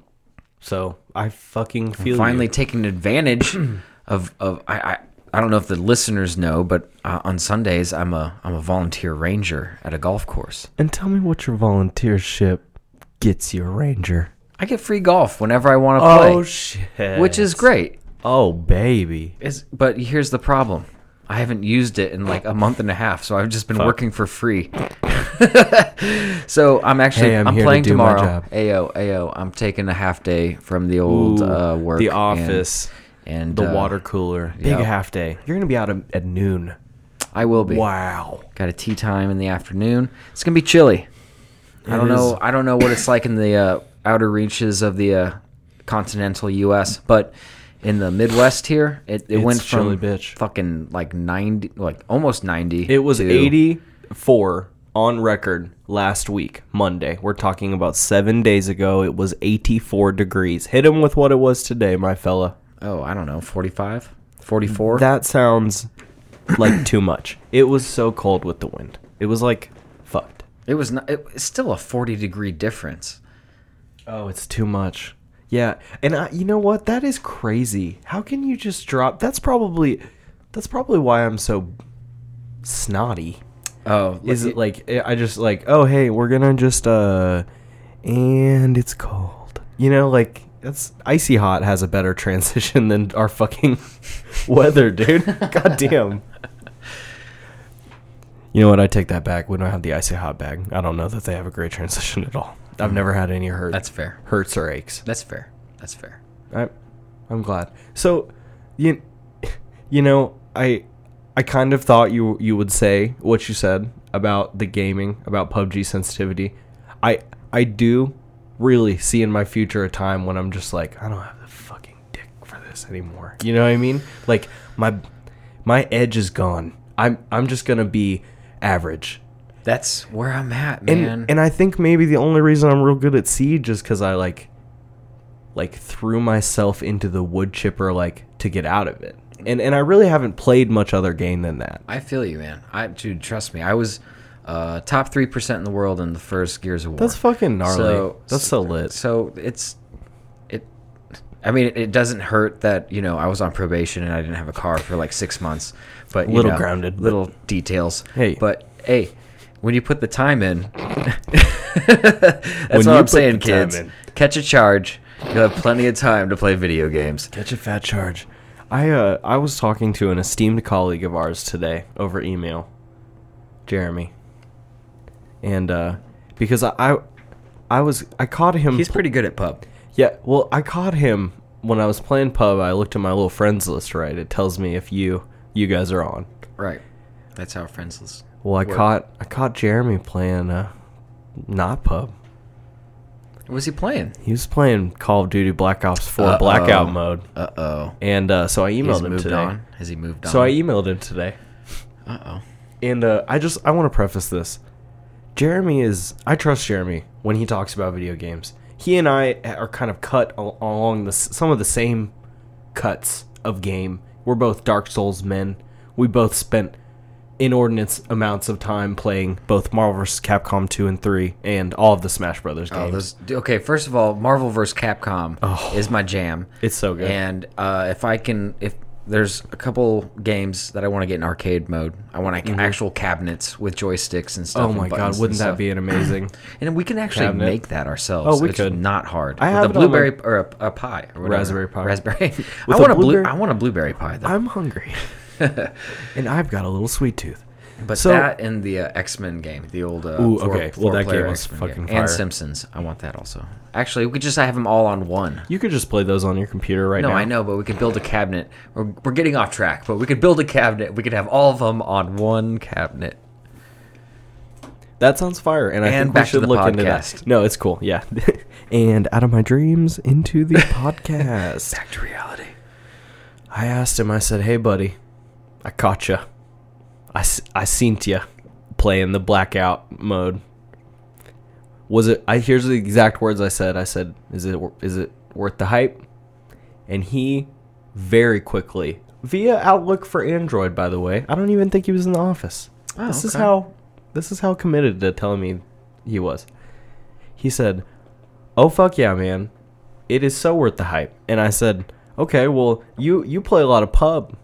Speaker 2: So, I fucking feel you.
Speaker 3: finally taking advantage of of I, I I don't know if the listeners know, but uh, on Sundays I'm a I'm a volunteer ranger at a golf course.
Speaker 2: And tell me what your volunteership gets you, Ranger.
Speaker 3: I get free golf whenever I want to play,
Speaker 2: Oh, shit!
Speaker 3: which is great.
Speaker 2: oh baby.
Speaker 3: Is but here's the problem. I haven't used it in like a month and a half, so I've just been working for free. so I'm actually
Speaker 2: Hey, I'm
Speaker 3: I'm,
Speaker 2: here to
Speaker 3: playing
Speaker 2: do my
Speaker 3: tomorrow.
Speaker 2: job.
Speaker 3: Ao ao. I'm taking a half day from the old uh, work,
Speaker 2: the
Speaker 3: and-
Speaker 2: office,
Speaker 3: and,
Speaker 2: the
Speaker 3: uh,
Speaker 2: water cooler, big
Speaker 3: yeah.
Speaker 2: half day. You're gonna be out at- at noon.
Speaker 3: I will be.
Speaker 2: Wow.
Speaker 3: Got a tea time in the afternoon. It's gonna be chilly. I don't know. I don't know what it's like in the uh, outer reaches of the uh, continental U.S., but in the Midwest here. It, it
Speaker 2: It's
Speaker 3: went from
Speaker 2: chilly, bitch.
Speaker 3: fucking like ninety, like almost ninety.
Speaker 2: It was
Speaker 3: to-
Speaker 2: 84 on record last week, Monday. We're talking about seven days ago. It was 84 degrees. Hit him with what it was today, my fella.
Speaker 3: Oh, I don't know, 45, 44.
Speaker 2: That sounds like too much. It was so cold with the wind. It was like fucked.
Speaker 3: it was not. It, it's still a forty degree difference.
Speaker 2: Oh, it's too much. Yeah, and I, you know what? That is crazy. How can you just drop? That's probably, that's probably why I'm so snotty.
Speaker 3: Oh,
Speaker 2: Is it like I I just like oh hey we're gonna just uh, and it's cold. You know like that's icy hot has a better transition than our fucking weather, dude. God damn. You know what? I take that back. We don't have the icy hot bag. I don't know that they have a great transition at all. I've never had any hurt
Speaker 3: That's fair.
Speaker 2: hurts or aches.
Speaker 3: That's fair. That's fair.
Speaker 2: I, I'm glad. So, you, you know, I, I kind of thought you you would say what you said about the gaming, about PUBG sensitivity. I I do really see in my future a time when I'm just like I don't have the fucking dick for this anymore. You know what I mean? Like my my edge is gone. I'm I'm just gonna be average.
Speaker 3: That's where I'm at,
Speaker 2: And
Speaker 3: man.
Speaker 2: and I think maybe the only reason I'm real good at siege is because I like, like threw myself into the wood chipper like to get out of it. And and I really haven't played much other game than that.
Speaker 3: I feel you, man. I dude, trust me. I was uh, top three percent in the world in the first Gears of War.
Speaker 2: That's fucking gnarly. That's so lit.
Speaker 3: So it's it. I mean, it, it doesn't hurt that you know I was on probation and I didn't have a car for like six months, but you
Speaker 2: Little
Speaker 3: know,
Speaker 2: grounded, but-
Speaker 3: little details.
Speaker 2: Hey.
Speaker 3: but hey, when you put the time in, that's
Speaker 2: When
Speaker 3: what
Speaker 2: you
Speaker 3: I'm
Speaker 2: put the time
Speaker 3: saying, kids.
Speaker 2: in.
Speaker 3: Catch a charge. You'll have plenty of time to play video games.
Speaker 2: Catch a fat charge. I uh I was talking to an esteemed colleague of ours today over email, Jeremy. And uh, because I, I I was I caught him.
Speaker 3: He's pretty good at pub.
Speaker 2: Yeah, well, I caught him when I was playing pub. I looked at my little friends list, right? It tells me if you you guys are on.
Speaker 3: Right. That's how friends listen.
Speaker 2: Well, I
Speaker 3: Word.
Speaker 2: caught I caught Jeremy playing uh not pub.
Speaker 3: What was he playing?
Speaker 2: He was playing Call of Duty Black Ops 4
Speaker 3: Uh-oh.
Speaker 2: blackout mode.
Speaker 3: Uh oh.
Speaker 2: And uh, so I emailed
Speaker 3: He's
Speaker 2: him
Speaker 3: moved
Speaker 2: today.
Speaker 3: on. Has he moved on?
Speaker 2: So I emailed him today.
Speaker 3: Uh oh.
Speaker 2: And uh, I just I want to preface this. Jeremy is I trust Jeremy when he talks about video games. He and I are kind of cut al- along the s- some of the same cuts of game. We're both Dark Souls men. We both spent inordinate amounts of time playing both Marvel vs. Capcom 2 and 3 and all of the Smash Brothers games.
Speaker 3: Oh, those, okay, first of all, Marvel vs. Capcom is my jam.
Speaker 2: Oh. it's so good.
Speaker 3: And uh, if I can, if there's a couple games that I want to get in arcade mode, I want like, actual cabinets with joysticks and stuff.
Speaker 2: Mm-hmm. oh
Speaker 3: and
Speaker 2: my god,
Speaker 3: buttons
Speaker 2: wouldn't
Speaker 3: and
Speaker 2: that be an amazing?
Speaker 3: stuff. And we can actually
Speaker 2: cabinet?
Speaker 3: make that ourselves.
Speaker 2: Oh, we
Speaker 3: it's
Speaker 2: could.
Speaker 3: Not hard.
Speaker 2: I
Speaker 3: With
Speaker 2: have
Speaker 3: a
Speaker 2: it on my-
Speaker 3: blueberry or a, a pie or whatever.
Speaker 2: Raspberry pie.
Speaker 3: Raspberry. I
Speaker 2: With a
Speaker 3: want a blue.
Speaker 2: blueberry-
Speaker 3: I want a blueberry pie though.
Speaker 2: I'm hungry. and I've got a little sweet tooth.
Speaker 3: But
Speaker 2: So-
Speaker 3: that and the uh, X Men game, the old uh,
Speaker 2: Ooh, okay. Well, that
Speaker 3: four-player
Speaker 2: game was
Speaker 3: X-Men
Speaker 2: fucking fire.
Speaker 3: and Simpsons. I want that also. Actually, we could just have them all on one.
Speaker 2: You could just play those on your computer right
Speaker 3: No,
Speaker 2: now.
Speaker 3: I know, but we could build a cabinet. We're, we're getting off track, but we could build a cabinet. We could have all of them on one cabinet.
Speaker 2: That sounds fire, and I
Speaker 3: And
Speaker 2: think
Speaker 3: back
Speaker 2: we
Speaker 3: to
Speaker 2: should
Speaker 3: the
Speaker 2: look into that.
Speaker 3: podcast.
Speaker 2: No, it's cool. Yeah, and out of my dreams into the podcast.
Speaker 3: Back to reality.
Speaker 2: I asked him. I said, "Hey, buddy, I caught you. I s- I seen you playing the blackout mode. Was it? I here's the exact words I said. I said, "Is it wor- is it worth the hype?" And he very quickly via Outlook for Android. By the way, I don't even think he was in the office.
Speaker 3: Oh,
Speaker 2: this is
Speaker 3: okay.
Speaker 2: how this is how committed to telling me he was. He said, "Oh fuck yeah, man! It is so worth the hype." And I said, "Okay, well, you you play a lot of pub.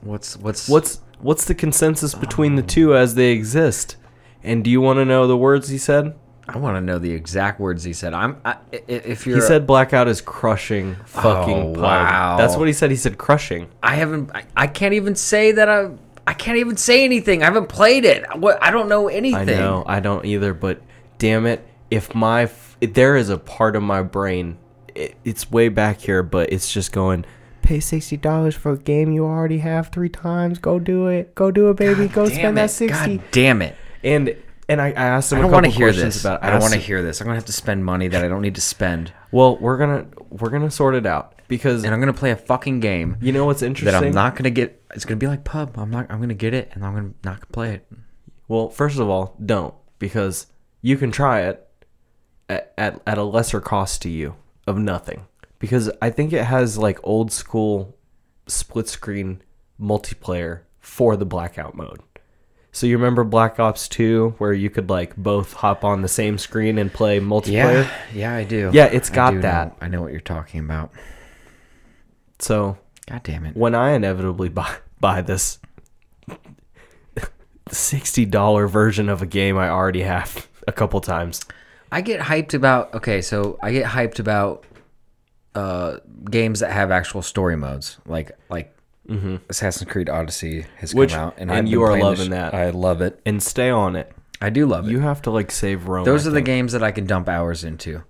Speaker 3: What's what's
Speaker 2: What's what's the consensus between the two as they exist? And do you want to know the words he said?
Speaker 3: I want to know the exact words he said. I'm I, i- if you're
Speaker 2: He said blackout is crushing
Speaker 3: Oh,
Speaker 2: fucking pub.
Speaker 3: wow.
Speaker 2: That's what he said. He said crushing.
Speaker 3: I haven't I, I can't even say that I I can't even say anything. I haven't played it. What I don't know anything.
Speaker 2: I know. I don't either. But damn it, if my f- if there is a part of my brain, it, it's way back here, but it's just going. Pay sixty dollars for a game you already have three times. Go do it. Go do it, baby. Go
Speaker 3: Damn
Speaker 2: spend
Speaker 3: it.
Speaker 2: that sixty.
Speaker 3: God damn it.
Speaker 2: And and I, I asked him.
Speaker 3: I
Speaker 2: a
Speaker 3: don't
Speaker 2: couple
Speaker 3: want to hear
Speaker 2: questions
Speaker 3: this.
Speaker 2: About.
Speaker 3: I don't
Speaker 2: asked
Speaker 3: want to
Speaker 2: him-
Speaker 3: hear this. I'm gonna have to spend money that I don't need to spend.
Speaker 2: Well, we're gonna we're gonna sort it out. because
Speaker 3: and I'm gonna play a fucking game
Speaker 2: you know what's
Speaker 3: that
Speaker 2: interesting.
Speaker 3: I'm not gonna get. It's gonna be like pub. I'm not. I'm gonna get it, and I'm gonna not gonna play it.
Speaker 2: Well, first of all, don't because you can try it at, at at a lesser cost to you of nothing because I think it has like old school split screen multiplayer for the blackout mode. So you remember Black Ops 2 where you could like both hop on the same screen and play multiplayer?
Speaker 3: yeah, I do.
Speaker 2: Yeah, it's
Speaker 3: I
Speaker 2: got
Speaker 3: do know-
Speaker 2: that.
Speaker 3: I know what you're talking about.
Speaker 2: So
Speaker 3: God damn it.
Speaker 2: when I inevitably buy buy this $60 version of a game I already have a couple times.
Speaker 3: I get hyped about okay, so I get hyped about uh games that have actual story modes, like like Assassin's Creed Odyssey has
Speaker 2: Mm-hmm. Which-
Speaker 3: come out, and,
Speaker 2: and
Speaker 3: I've
Speaker 2: you
Speaker 3: been
Speaker 2: are
Speaker 3: playing the
Speaker 2: loving
Speaker 3: sh-
Speaker 2: that.
Speaker 3: I love it.
Speaker 2: and stay on it.
Speaker 3: I do love it.
Speaker 2: You have to like save Rome.
Speaker 3: Those
Speaker 2: I
Speaker 3: are the
Speaker 2: think.
Speaker 3: games that I can dump hours into.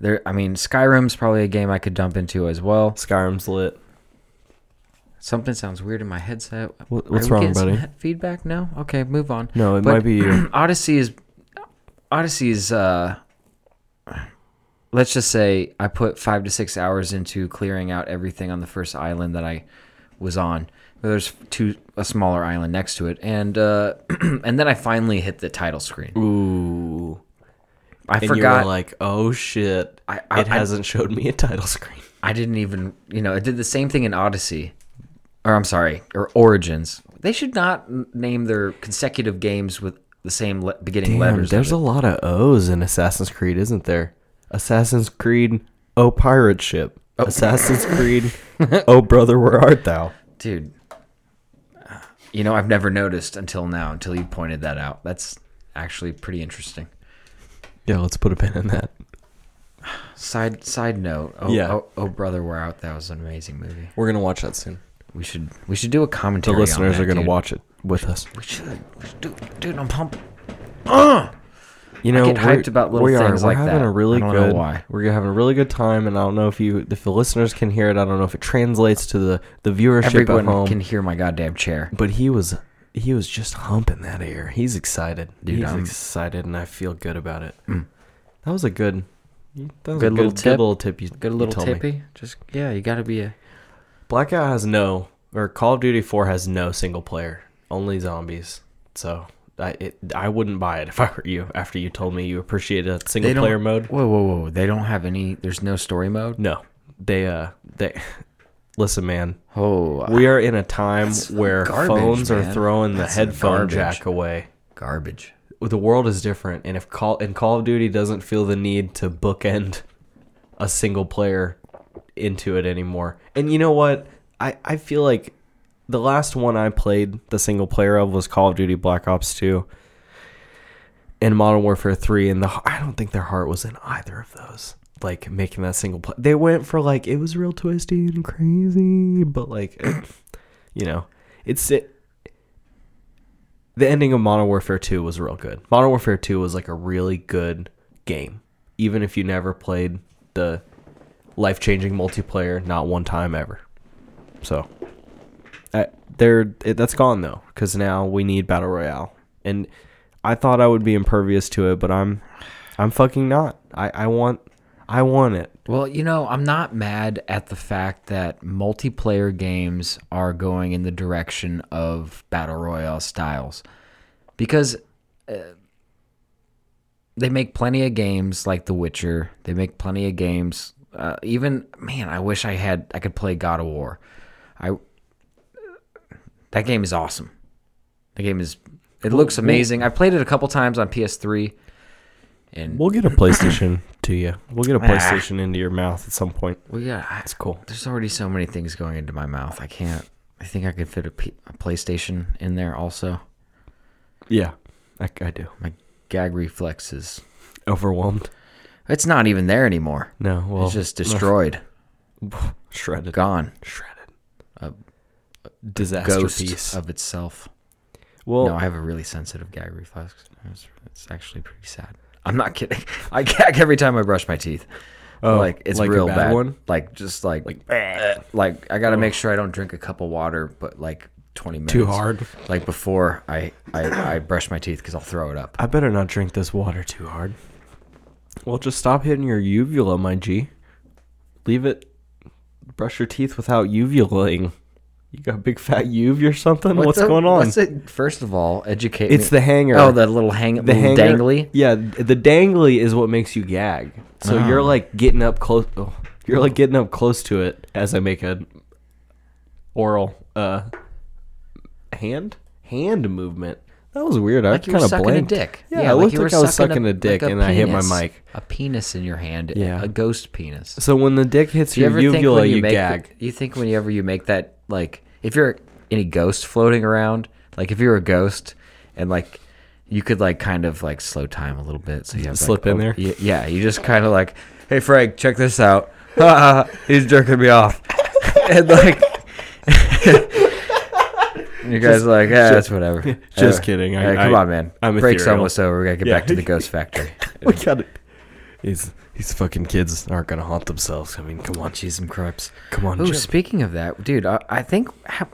Speaker 3: There, I mean, Skyrim's probably a game I could dump into as well.
Speaker 2: Skyrim's lit.
Speaker 3: Something sounds weird in my headset.
Speaker 2: What-
Speaker 3: Are
Speaker 2: what's
Speaker 3: we
Speaker 2: wrong,
Speaker 3: getting some
Speaker 2: buddy?
Speaker 3: he- Feedback? No. Okay, move on.
Speaker 2: No, it
Speaker 3: But
Speaker 2: might be you.
Speaker 3: Odyssey is Odyssey is uh let's just say I put 5 to 6 hours into clearing out everything on the first island that I was on. There's two a smaller island next to it and uh and then I finally hit the title screen.
Speaker 2: Ooh.
Speaker 3: I
Speaker 2: And you
Speaker 3: forgot
Speaker 2: were like, oh shit.
Speaker 3: I- I-
Speaker 2: it
Speaker 3: I-
Speaker 2: hasn't showed me a title screen.
Speaker 3: I didn't even, you know, I did the same thing in Odyssey, or I'm sorry, or Origins. They should not n- name their consecutive games with the same le- beginning letters.
Speaker 2: there's a lot of O's in Assassin's Creed, isn't there? Assassin's Creed, oh pirate ship. Oh. Assassin's Creed, oh brother, where art thou?
Speaker 3: Dude, you know, I've never noticed until now, until you pointed that out. That's actually pretty interesting.
Speaker 2: Yeah, let's put a pin in that.
Speaker 3: Side side note, oh,
Speaker 2: Yeah.
Speaker 3: oh, oh brother, we're out. That was an amazing movie.
Speaker 2: We're gonna watch that soon.
Speaker 3: We should we should do a
Speaker 2: The
Speaker 3: commentary. on
Speaker 2: listeners
Speaker 3: that,
Speaker 2: are gonna
Speaker 3: dude.
Speaker 2: watch it with us.
Speaker 3: We should, we should do, dude. I'm pumped.
Speaker 2: You know,
Speaker 3: get hyped
Speaker 2: we're-
Speaker 3: about little
Speaker 2: we are,
Speaker 3: things
Speaker 2: we're
Speaker 3: like
Speaker 2: having
Speaker 3: that.
Speaker 2: A really
Speaker 3: I don't know
Speaker 2: good,
Speaker 3: why.
Speaker 2: We're having a really good time, and I don't know if you, if the listeners can hear it. I don't know if it translates to the the viewership at
Speaker 3: Everyone
Speaker 2: home.
Speaker 3: can hear my goddamn chair.
Speaker 2: But he was he was just humping that air. He's excited.
Speaker 3: Dude,
Speaker 2: He's
Speaker 3: I'm- Mm.
Speaker 2: excited, and I feel good about it. That was a good, that was
Speaker 3: Good
Speaker 2: a
Speaker 3: little
Speaker 2: good,
Speaker 3: tip.
Speaker 2: Good little tip. You,
Speaker 3: Good
Speaker 2: you
Speaker 3: little
Speaker 2: told me.
Speaker 3: tippy. Just yeah, you got to be a
Speaker 2: Blackout has no, or Call of Duty Four has no single player, only zombies. So. I it, I wouldn't buy it if I were you. After you told me you appreciate a single player mode,
Speaker 3: Whoa, whoa, whoa! They don't have any. There's no story mode.
Speaker 2: No, they uh they listen, man.
Speaker 3: Oh, uh,
Speaker 2: We are in a time
Speaker 3: some
Speaker 2: where
Speaker 3: garbage,
Speaker 2: phones are
Speaker 3: man.
Speaker 2: throwing the
Speaker 3: That's some
Speaker 2: headphone
Speaker 3: garbage.
Speaker 2: jack away.
Speaker 3: garbage.
Speaker 2: The world is different, and if Call and Call of Duty doesn't feel the need to bookend a single player into it anymore. And you know what? I I feel like the last one I played the single player of was Call of Duty Black Ops Two and Modern Warfare Three, and the I don't think their heart was in either of those. Like making that single play, they went for like it was real twisty and crazy, but like, you know, it's it. The ending of Modern Warfare Two was real good. Modern Warfare Two was like a really good game, even if you never played the life changing multiplayer, not one time ever. So, I, there it, that's gone though, because now we need battle royale, and I thought I would be impervious to it, but I'm, I'm fucking not. I, I want, I want it.
Speaker 3: Well, you know, I'm not mad at the fact that multiplayer games are going in the direction of battle royale styles because uh, they make plenty of games like The Witcher. They make plenty of games. Uh, even man, I wish I had I could play God of War. I that game is awesome. The game is it looks amazing. I played it a couple times on PS3. And
Speaker 2: We'll get a PlayStation to you. We'll get a
Speaker 3: Ah.
Speaker 2: PlayStation into your mouth at some point.
Speaker 3: well, yeah, I-
Speaker 2: That's cool.
Speaker 3: There's already so many things going into my mouth. I can't. I think I could fit a, P- a PlayStation in there also.
Speaker 2: Yeah, I, I do.
Speaker 3: My gag reflex is.
Speaker 2: Overwhelmed.
Speaker 3: It's not even there anymore.
Speaker 2: No, well,
Speaker 3: It's just destroyed,
Speaker 2: shredded,
Speaker 3: gone,
Speaker 2: shredded,
Speaker 3: A
Speaker 2: disaster
Speaker 3: ghost
Speaker 2: piece.
Speaker 3: of itself.
Speaker 2: well,
Speaker 3: no, I have a really sensitive gag reflex. It's, it's actually pretty sad. I'm not kidding. I gag every time I brush my teeth.
Speaker 2: Oh,
Speaker 3: like it's
Speaker 2: like a
Speaker 3: real
Speaker 2: bad
Speaker 3: bad,
Speaker 2: one? eh. Oh.
Speaker 3: Like just like like, like I gotta make sure I don't drink a cup of water, but like 20 minutes
Speaker 2: Too hard.
Speaker 3: Like before I I, I brush my teeth because I'll throw it up.
Speaker 2: I better not drink this water too hard. Well, just stop hitting your uvula, my G. Leave it. brush your teeth without uvulating. You got a big fat uv or something? What's
Speaker 3: the-
Speaker 2: going on?
Speaker 3: what's it- first of all, educate.
Speaker 2: It's
Speaker 3: me.
Speaker 2: the hanger.
Speaker 3: oh, the little hang,
Speaker 2: the
Speaker 3: little
Speaker 2: hanger,
Speaker 3: dangly.
Speaker 2: Yeah, th- the dangly is what makes you gag. So you're like getting up close. Oh, you're like getting up close to it as I make a oral uh hand hand movement. That was weird. I
Speaker 3: Like you were
Speaker 2: kind of
Speaker 3: sucking
Speaker 2: blanked.
Speaker 3: a dick.
Speaker 2: Yeah, it looked like I was sucking a dick and I hit my
Speaker 3: penis.
Speaker 2: mic.
Speaker 3: A penis in your hand.
Speaker 2: Yeah.
Speaker 3: a ghost penis.
Speaker 2: So when the dick hits
Speaker 3: Do you
Speaker 2: your
Speaker 3: ever think
Speaker 2: uvula,
Speaker 3: when
Speaker 2: you,
Speaker 3: you, make
Speaker 2: gag.
Speaker 3: you think whenever you make that like if you're any ghost floating around, like if you're a ghost and like you could like kind of like slow time a little bit so you have
Speaker 2: Slip
Speaker 3: like,
Speaker 2: in there?
Speaker 3: y- yeah, you just kind of like, hey Frank, check this out. Ha, ha, He's jerking me off, and like. You guys are like, yeah, that's whatever.
Speaker 2: just
Speaker 3: Uh,
Speaker 2: kidding. I-
Speaker 3: hey, come
Speaker 2: I-
Speaker 3: on, man.
Speaker 2: I'm
Speaker 3: Break's
Speaker 2: ethereal.
Speaker 3: almost over. We gotta get
Speaker 2: Yeah.
Speaker 3: back to the ghost factory.
Speaker 2: we got it. These these fucking kids aren't gonna haunt themselves. I mean, come on,
Speaker 3: Cheese and cripes.
Speaker 2: come on,
Speaker 3: Oh,
Speaker 2: Jim.
Speaker 3: speaking of that, dude, I, I think ha-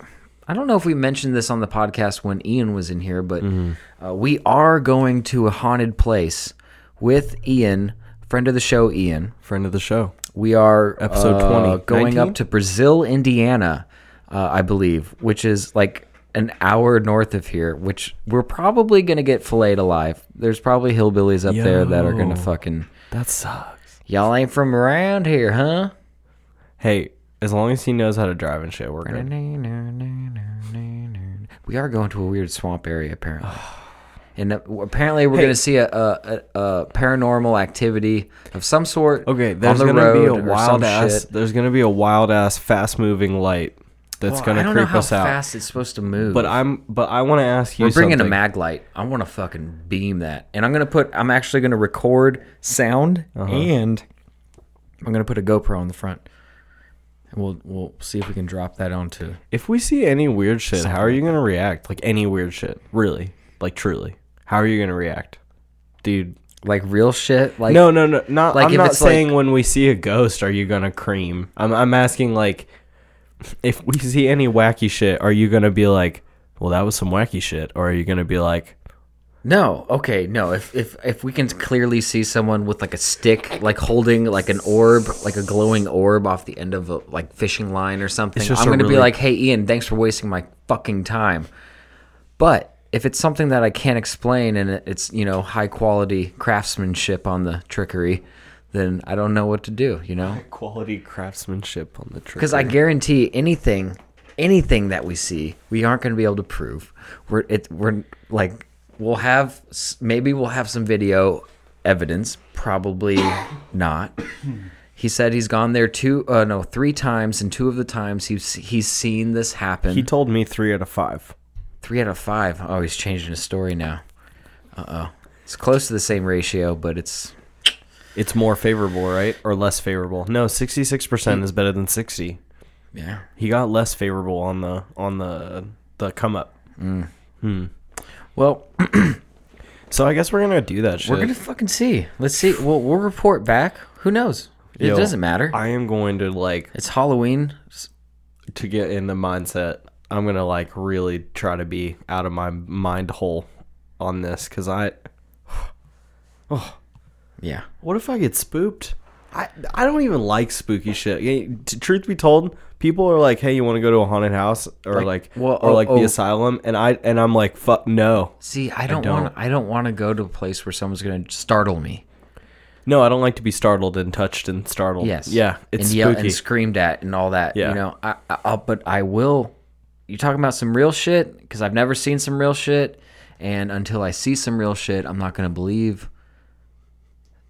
Speaker 3: I don't know if we mentioned this on the podcast when Ian was in here, but
Speaker 2: Mm-hmm.
Speaker 3: uh, we are going to a haunted place with Ian, friend of the show, Ian.
Speaker 2: friend of the show.
Speaker 3: We are
Speaker 2: Episode
Speaker 3: uh,
Speaker 2: 20,
Speaker 3: going
Speaker 2: 19?
Speaker 3: up to Brazil, Indiana, uh, I believe, which is like an hour north of here. Which we're probably gonna get filleted alive. There's probably hillbillies up there that are
Speaker 2: Yo.
Speaker 3: gonna fucking
Speaker 2: That sucks.
Speaker 3: y'all ain't from around here, huh?
Speaker 2: Hey, as long as he knows how to drive and shit, we're good.
Speaker 3: We are going to a weird swamp area apparently. And uh, w- apparently, we're going to see a, a, a, a paranormal activity of some sort.
Speaker 2: Okay,
Speaker 3: on
Speaker 2: there's
Speaker 3: the
Speaker 2: gonna be a
Speaker 3: road or some
Speaker 2: wild ass.
Speaker 3: shit.
Speaker 2: There's gonna be a wild ass, fast moving light that's
Speaker 3: Well, I
Speaker 2: gonna
Speaker 3: don't know
Speaker 2: creep
Speaker 3: how
Speaker 2: us out.
Speaker 3: fast it's supposed to move.
Speaker 2: But I'm. But I want to ask you.
Speaker 3: we're bringing a
Speaker 2: something.
Speaker 3: mag light. I want to fucking beam that, and I'm gonna put. I'm actually gonna record sound,
Speaker 2: Uh-huh.
Speaker 3: and I'm gonna put a GoPro on the front, and we'll we'll see if we can drop that onto.
Speaker 2: If we see any weird shit, how are you gonna react? Like any weird shit, really? Like truly? How are you gonna react, dude?
Speaker 3: like real shit. Like
Speaker 2: no, no, no. Not.
Speaker 3: like
Speaker 2: I'm
Speaker 3: if
Speaker 2: not
Speaker 3: it's like-
Speaker 2: saying when we see a ghost, are you gonna cream? I'm. I'm asking like, if we see any wacky shit, are you gonna be like, well, that was some wacky shit, or are you gonna be like,
Speaker 3: No, okay, no. If if if we can clearly see someone with like a stick, like holding like an orb, like a glowing orb off the end of a like fishing line or something,
Speaker 2: just
Speaker 3: I'm
Speaker 2: a
Speaker 3: gonna be
Speaker 2: really-
Speaker 3: like, "Hey, Ian, thanks for wasting my fucking time." But if it's something that I can't explain and it- it's you know high quality craftsmanship on the trickery, then I don't know what to do. You know,
Speaker 2: quality craftsmanship on the tree?
Speaker 3: because I guarantee anything, anything that we see, we aren't going to be able to prove. We're it. We're like we'll have s- maybe we'll have some video evidence. Probably not. He said he's gone there two, uh, no, three times, and two of the times he's he's seen this happen.
Speaker 2: He told me three out of five.
Speaker 3: three out of five. Oh, he's changing his story now. Uh oh, it's close to the same ratio, but it's
Speaker 2: It's more favorable, right? Or less favorable? No, sixty-six percent is better than sixty.
Speaker 3: yeah.
Speaker 2: He got less favorable on the on the the come up.
Speaker 3: Well,
Speaker 2: So I guess we're gonna do that shit.
Speaker 3: we're gonna fucking see. Let's see. Well, we'll report back. Who knows? It
Speaker 2: Yo,
Speaker 3: doesn't matter.
Speaker 2: I am going to like
Speaker 3: It's Halloween. S-
Speaker 2: to get in the mindset. I'm gonna like really try to be out of my mind hole on this because I.
Speaker 3: Yeah.
Speaker 2: What if I get spooked? I I don't even like spooky shit. Yeah, t- truth be told, people are like, "Hey, you want to go to a haunted house or like,
Speaker 3: well,
Speaker 2: or
Speaker 3: oh,
Speaker 2: like the
Speaker 3: oh.
Speaker 2: asylum?" And I and I'm like, "Fuck no,
Speaker 3: See, I don't,
Speaker 2: don't.
Speaker 3: want I don't want to go to a place where someone's going to startle me.
Speaker 2: no, I don't like to be startled and touched and startled."
Speaker 3: Yes.
Speaker 2: yeah, it's
Speaker 3: and yell
Speaker 2: spooky.
Speaker 3: and screamed at and all that.
Speaker 2: Yeah.
Speaker 3: You know, I, I I'll, but I will. You're talking about some real shit because I've never seen some real shit, and until I see some real shit, I'm not going to believe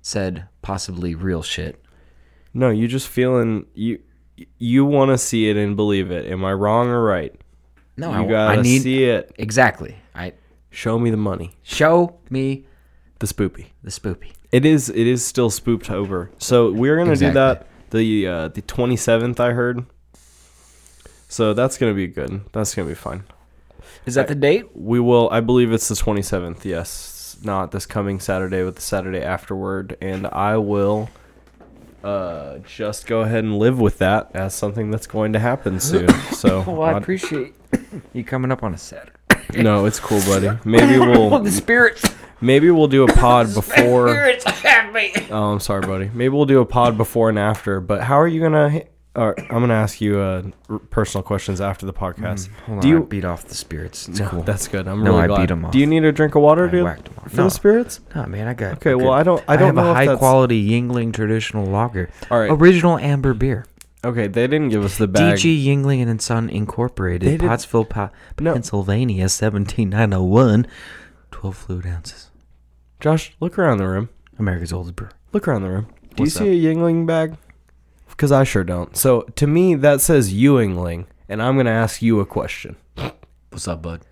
Speaker 3: said possibly real shit.
Speaker 2: no, you just feeling you you want to see it and believe it. Am I wrong or right?
Speaker 3: No,
Speaker 2: You
Speaker 3: I,
Speaker 2: gotta
Speaker 3: I need
Speaker 2: see it.
Speaker 3: exactly. I
Speaker 2: Show me the money.
Speaker 3: show me
Speaker 2: The spoopy.
Speaker 3: the spoopy.
Speaker 2: It is. It is still spooped over. So we're gonna do
Speaker 3: Exactly.
Speaker 2: that the uh, the twenty seventh. I heard. So that's gonna be good. That's gonna be fun.
Speaker 3: Is that the date?
Speaker 2: We will. I believe it's the twenty seventh. Yes, not this coming Saturday, but the Saturday afterward. And I will uh, just go ahead and live with that as something that's going to happen soon. So
Speaker 3: Well, I
Speaker 2: I'd-
Speaker 3: appreciate you coming up on a Saturday.
Speaker 2: no, it's cool, buddy. Maybe we'll
Speaker 3: the spirits.
Speaker 2: maybe we'll do a pod before.
Speaker 3: Spirits have me.
Speaker 2: Oh, I'm sorry, buddy. Maybe we'll do a pod before and after. But how are you gonna? All right, I'm gonna ask you uh, r- personal questions after the podcast.
Speaker 3: Mm, Hold on,
Speaker 2: Do
Speaker 3: I
Speaker 2: you?
Speaker 3: beat off the spirits? It's
Speaker 2: No,
Speaker 3: cool.
Speaker 2: that's good. I'm
Speaker 3: No,
Speaker 2: really
Speaker 3: I
Speaker 2: glad.
Speaker 3: beat 'em off.
Speaker 2: Do you need a drink of water
Speaker 3: I
Speaker 2: to
Speaker 3: whacked 'em off.
Speaker 2: for
Speaker 3: No.
Speaker 2: the spirits?
Speaker 3: No, Ah, man, I got.
Speaker 2: Okay,
Speaker 3: I
Speaker 2: well,
Speaker 3: got-
Speaker 2: I don't- I don't
Speaker 3: have
Speaker 2: know
Speaker 3: a
Speaker 2: if
Speaker 3: high
Speaker 2: that's-
Speaker 3: quality Yingling traditional lager.
Speaker 2: All right.
Speaker 3: original amber beer.
Speaker 2: Okay, they didn't give us the bag.
Speaker 3: DG Yingling and Son
Speaker 2: They
Speaker 3: Incorporated,
Speaker 2: did-
Speaker 3: Pottsville, Pa-
Speaker 2: No.
Speaker 3: Pennsylvania, seventeen nine zero one. Twelve fluid ounces.
Speaker 2: Josh, look around the room.
Speaker 3: America's oldest brewer.
Speaker 2: Look around the room. Do
Speaker 3: What's
Speaker 2: you see a Yingling bag? Because I sure don't. So to me, that says Ewingling, and I'm gonna ask you a question.
Speaker 3: What's up, bud?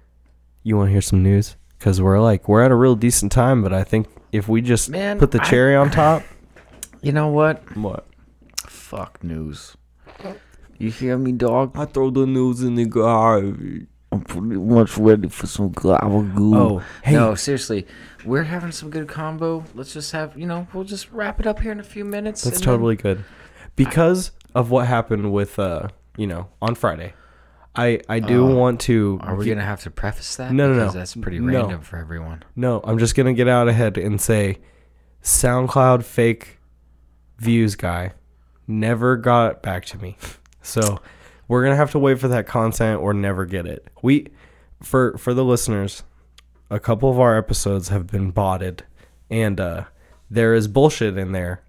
Speaker 2: You want to hear some news? Because we're like we're at a real decent time, but I think if we just
Speaker 3: Man,
Speaker 2: put the
Speaker 3: I-
Speaker 2: cherry on top,
Speaker 3: You know what?
Speaker 2: what?
Speaker 3: Fuck news. You hear me, dog?
Speaker 2: I throw the news in the garbage.
Speaker 1: I'm pretty much ready for some guava goo.
Speaker 2: Oh, hey,
Speaker 3: No, seriously. We're having some good combo. Let's just have, you know, we'll just wrap it up here in a few minutes.
Speaker 2: that's
Speaker 3: and then-
Speaker 2: totally good. Because of what happened with uh, you know, on Friday, I I do
Speaker 3: Oh.
Speaker 2: want to.
Speaker 3: Are we going to have to preface that?
Speaker 2: No, no,
Speaker 3: Because
Speaker 2: no.
Speaker 3: That's pretty
Speaker 2: No.
Speaker 3: random for everyone.
Speaker 2: No, I'm just gonna get out ahead and say, SoundCloud fake views guy never got back to me. So we're gonna have to wait for that content or never get it. We for for the listeners, a couple of our episodes have been botted, and uh, there is bullshit in there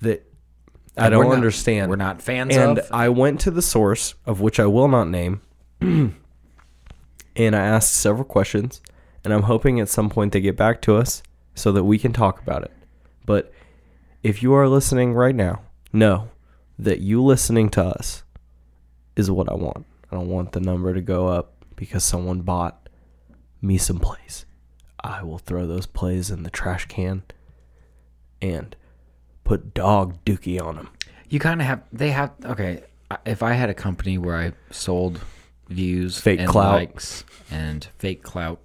Speaker 2: that I
Speaker 3: And we're
Speaker 2: don't
Speaker 3: not-
Speaker 2: understand
Speaker 3: We're not fans
Speaker 2: and
Speaker 3: of.
Speaker 2: I went to the source of which I will not name, and I asked several questions, and I'm hoping at some point they get back to us so that we can talk about it. But if you are listening right now, know that you listening to us is what I want. I don't want the number to go up because someone bought me some plays. I will throw those plays in the trash can and put dog dookie on them.
Speaker 3: You kind of have. They have. Okay, I- if I had a company where I sold views,
Speaker 2: Fake
Speaker 3: and
Speaker 2: clout. Mm.
Speaker 3: likes, and fake clout,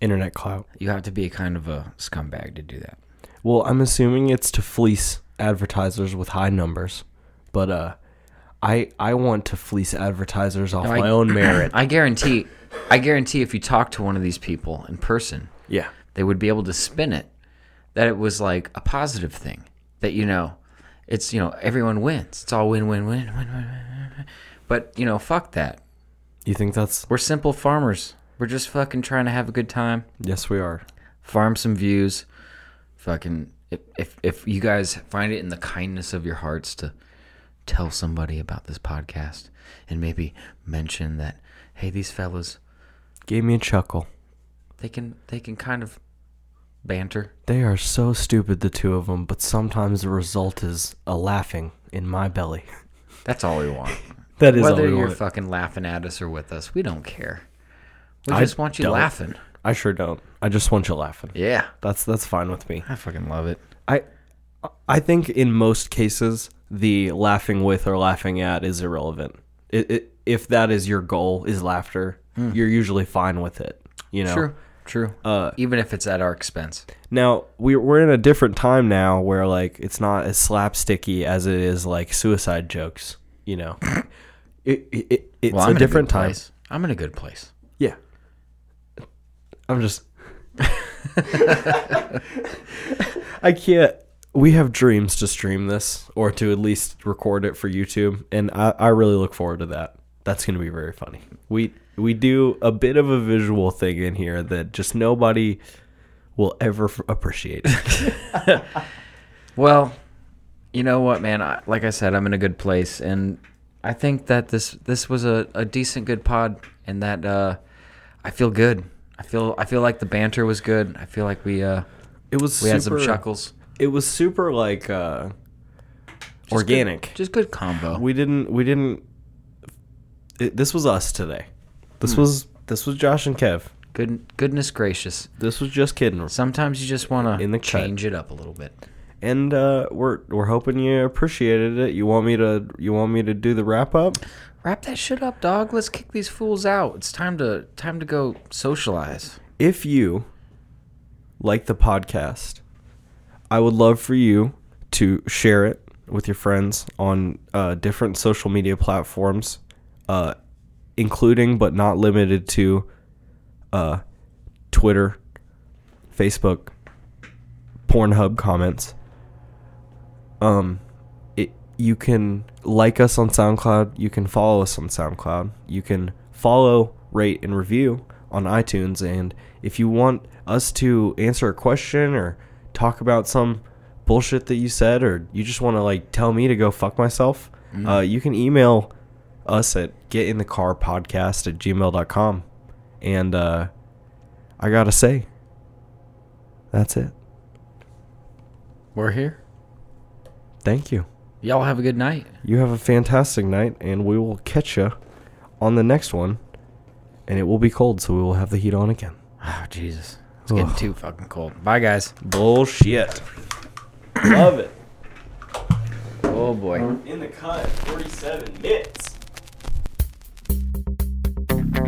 Speaker 2: Internet clout.
Speaker 3: you have to be kind of a scumbag to do that.
Speaker 2: Well, I'm assuming it's to fleece advertisers with high numbers, but uh, I I want to fleece advertisers off
Speaker 3: No, I-
Speaker 2: my own merit.
Speaker 3: I guarantee. I guarantee if you talk to one of these people in person,
Speaker 2: Yeah,
Speaker 3: they would be able to spin it that it was like a positive thing. That you know, it's you know everyone wins. It's all win, win, win, win, win, win. win, win. But you know, fuck that.
Speaker 2: you think that's
Speaker 3: We're simple farmers. We're just fucking trying to have a good time.
Speaker 2: yes we are.
Speaker 3: farm some views. Fucking if if, if you guys find it in the kindness of your hearts to tell somebody about this podcast and maybe mention that hey these fellas
Speaker 2: Gave me a chuckle.
Speaker 3: they can they can kind of banter
Speaker 2: They are so stupid, the two of them, but sometimes the result is a laughing in my belly.
Speaker 3: that's all we want
Speaker 2: That is
Speaker 3: whether
Speaker 2: all we
Speaker 3: you're
Speaker 2: want.
Speaker 3: fucking laughing at us or with us we don't care we
Speaker 2: I
Speaker 3: just want you
Speaker 2: don't.
Speaker 3: laughing
Speaker 2: I sure don't. I just want you laughing.
Speaker 3: yeah
Speaker 2: That's that's fine with me.
Speaker 3: i fucking love it
Speaker 2: I I think in most cases the laughing with or laughing at is irrelevant. It, it, if that is your goal is laughter,
Speaker 3: Hmm.
Speaker 2: you're usually fine with it. You know. Uh,
Speaker 3: true true even if it's at our expense
Speaker 2: Now we we're in a different time now where like it's not as slapsticky as it is like suicide jokes. You know. it, it, it it's
Speaker 3: well, I'm in
Speaker 2: a different
Speaker 3: good
Speaker 2: time.
Speaker 3: place. i'm in a good place
Speaker 2: Yeah. I'm just. I can't. We have dreams to stream this or to at least record it for YouTube, and I, I really look forward to that. That's going to be very funny. We we do a bit of a visual thing in here that just nobody will ever f- appreciate.
Speaker 3: Well, you know what, man? I, like I said, I'm in a good place, and I think that this this was a, a decent good pod, and that uh, I feel good. I feel I feel like the banter was good. I feel like we uh,
Speaker 2: It was
Speaker 3: we
Speaker 2: super,
Speaker 3: had some chuckles.
Speaker 2: It was super like uh, organic.
Speaker 3: Just good combo.
Speaker 2: we didn't we didn't it, this was us today this was this was josh and kev
Speaker 3: Good goodness gracious.
Speaker 2: this was just kidding
Speaker 3: Sometimes you just want
Speaker 2: In the
Speaker 3: to
Speaker 2: cut.
Speaker 3: change it up a little bit.
Speaker 2: and uh we're we're hoping you appreciated it you want me to you want me to do the wrap up
Speaker 3: Wrap that shit up, dog. Let's kick these fools out. It's time to time to go socialize.
Speaker 2: if you like the podcast, I would love for you to share it with your friends on uh, different social media platforms, uh, including but not limited to uh, Twitter, Facebook, Pornhub comments. Um, it, you can like us on SoundCloud. You can follow us on SoundCloud. You can follow, rate, and review on iTunes. And if you want us to answer a question or talk about some bullshit that you said, or you just want to like tell me to go fuck myself, uh, you can email us at getinthecarpodcast at gmail.com. And uh, I got to say, that's it.
Speaker 3: We're here.
Speaker 2: Thank you.
Speaker 3: Y'all have a good night.
Speaker 2: You have a fantastic night, and we will catch you on the next one. And it will be cold, so we will have the heat on again.
Speaker 3: Oh Jesus, it's getting too fucking cold. Bye guys.
Speaker 2: Bullshit. Love it.
Speaker 3: Oh boy.
Speaker 2: In the cut, 47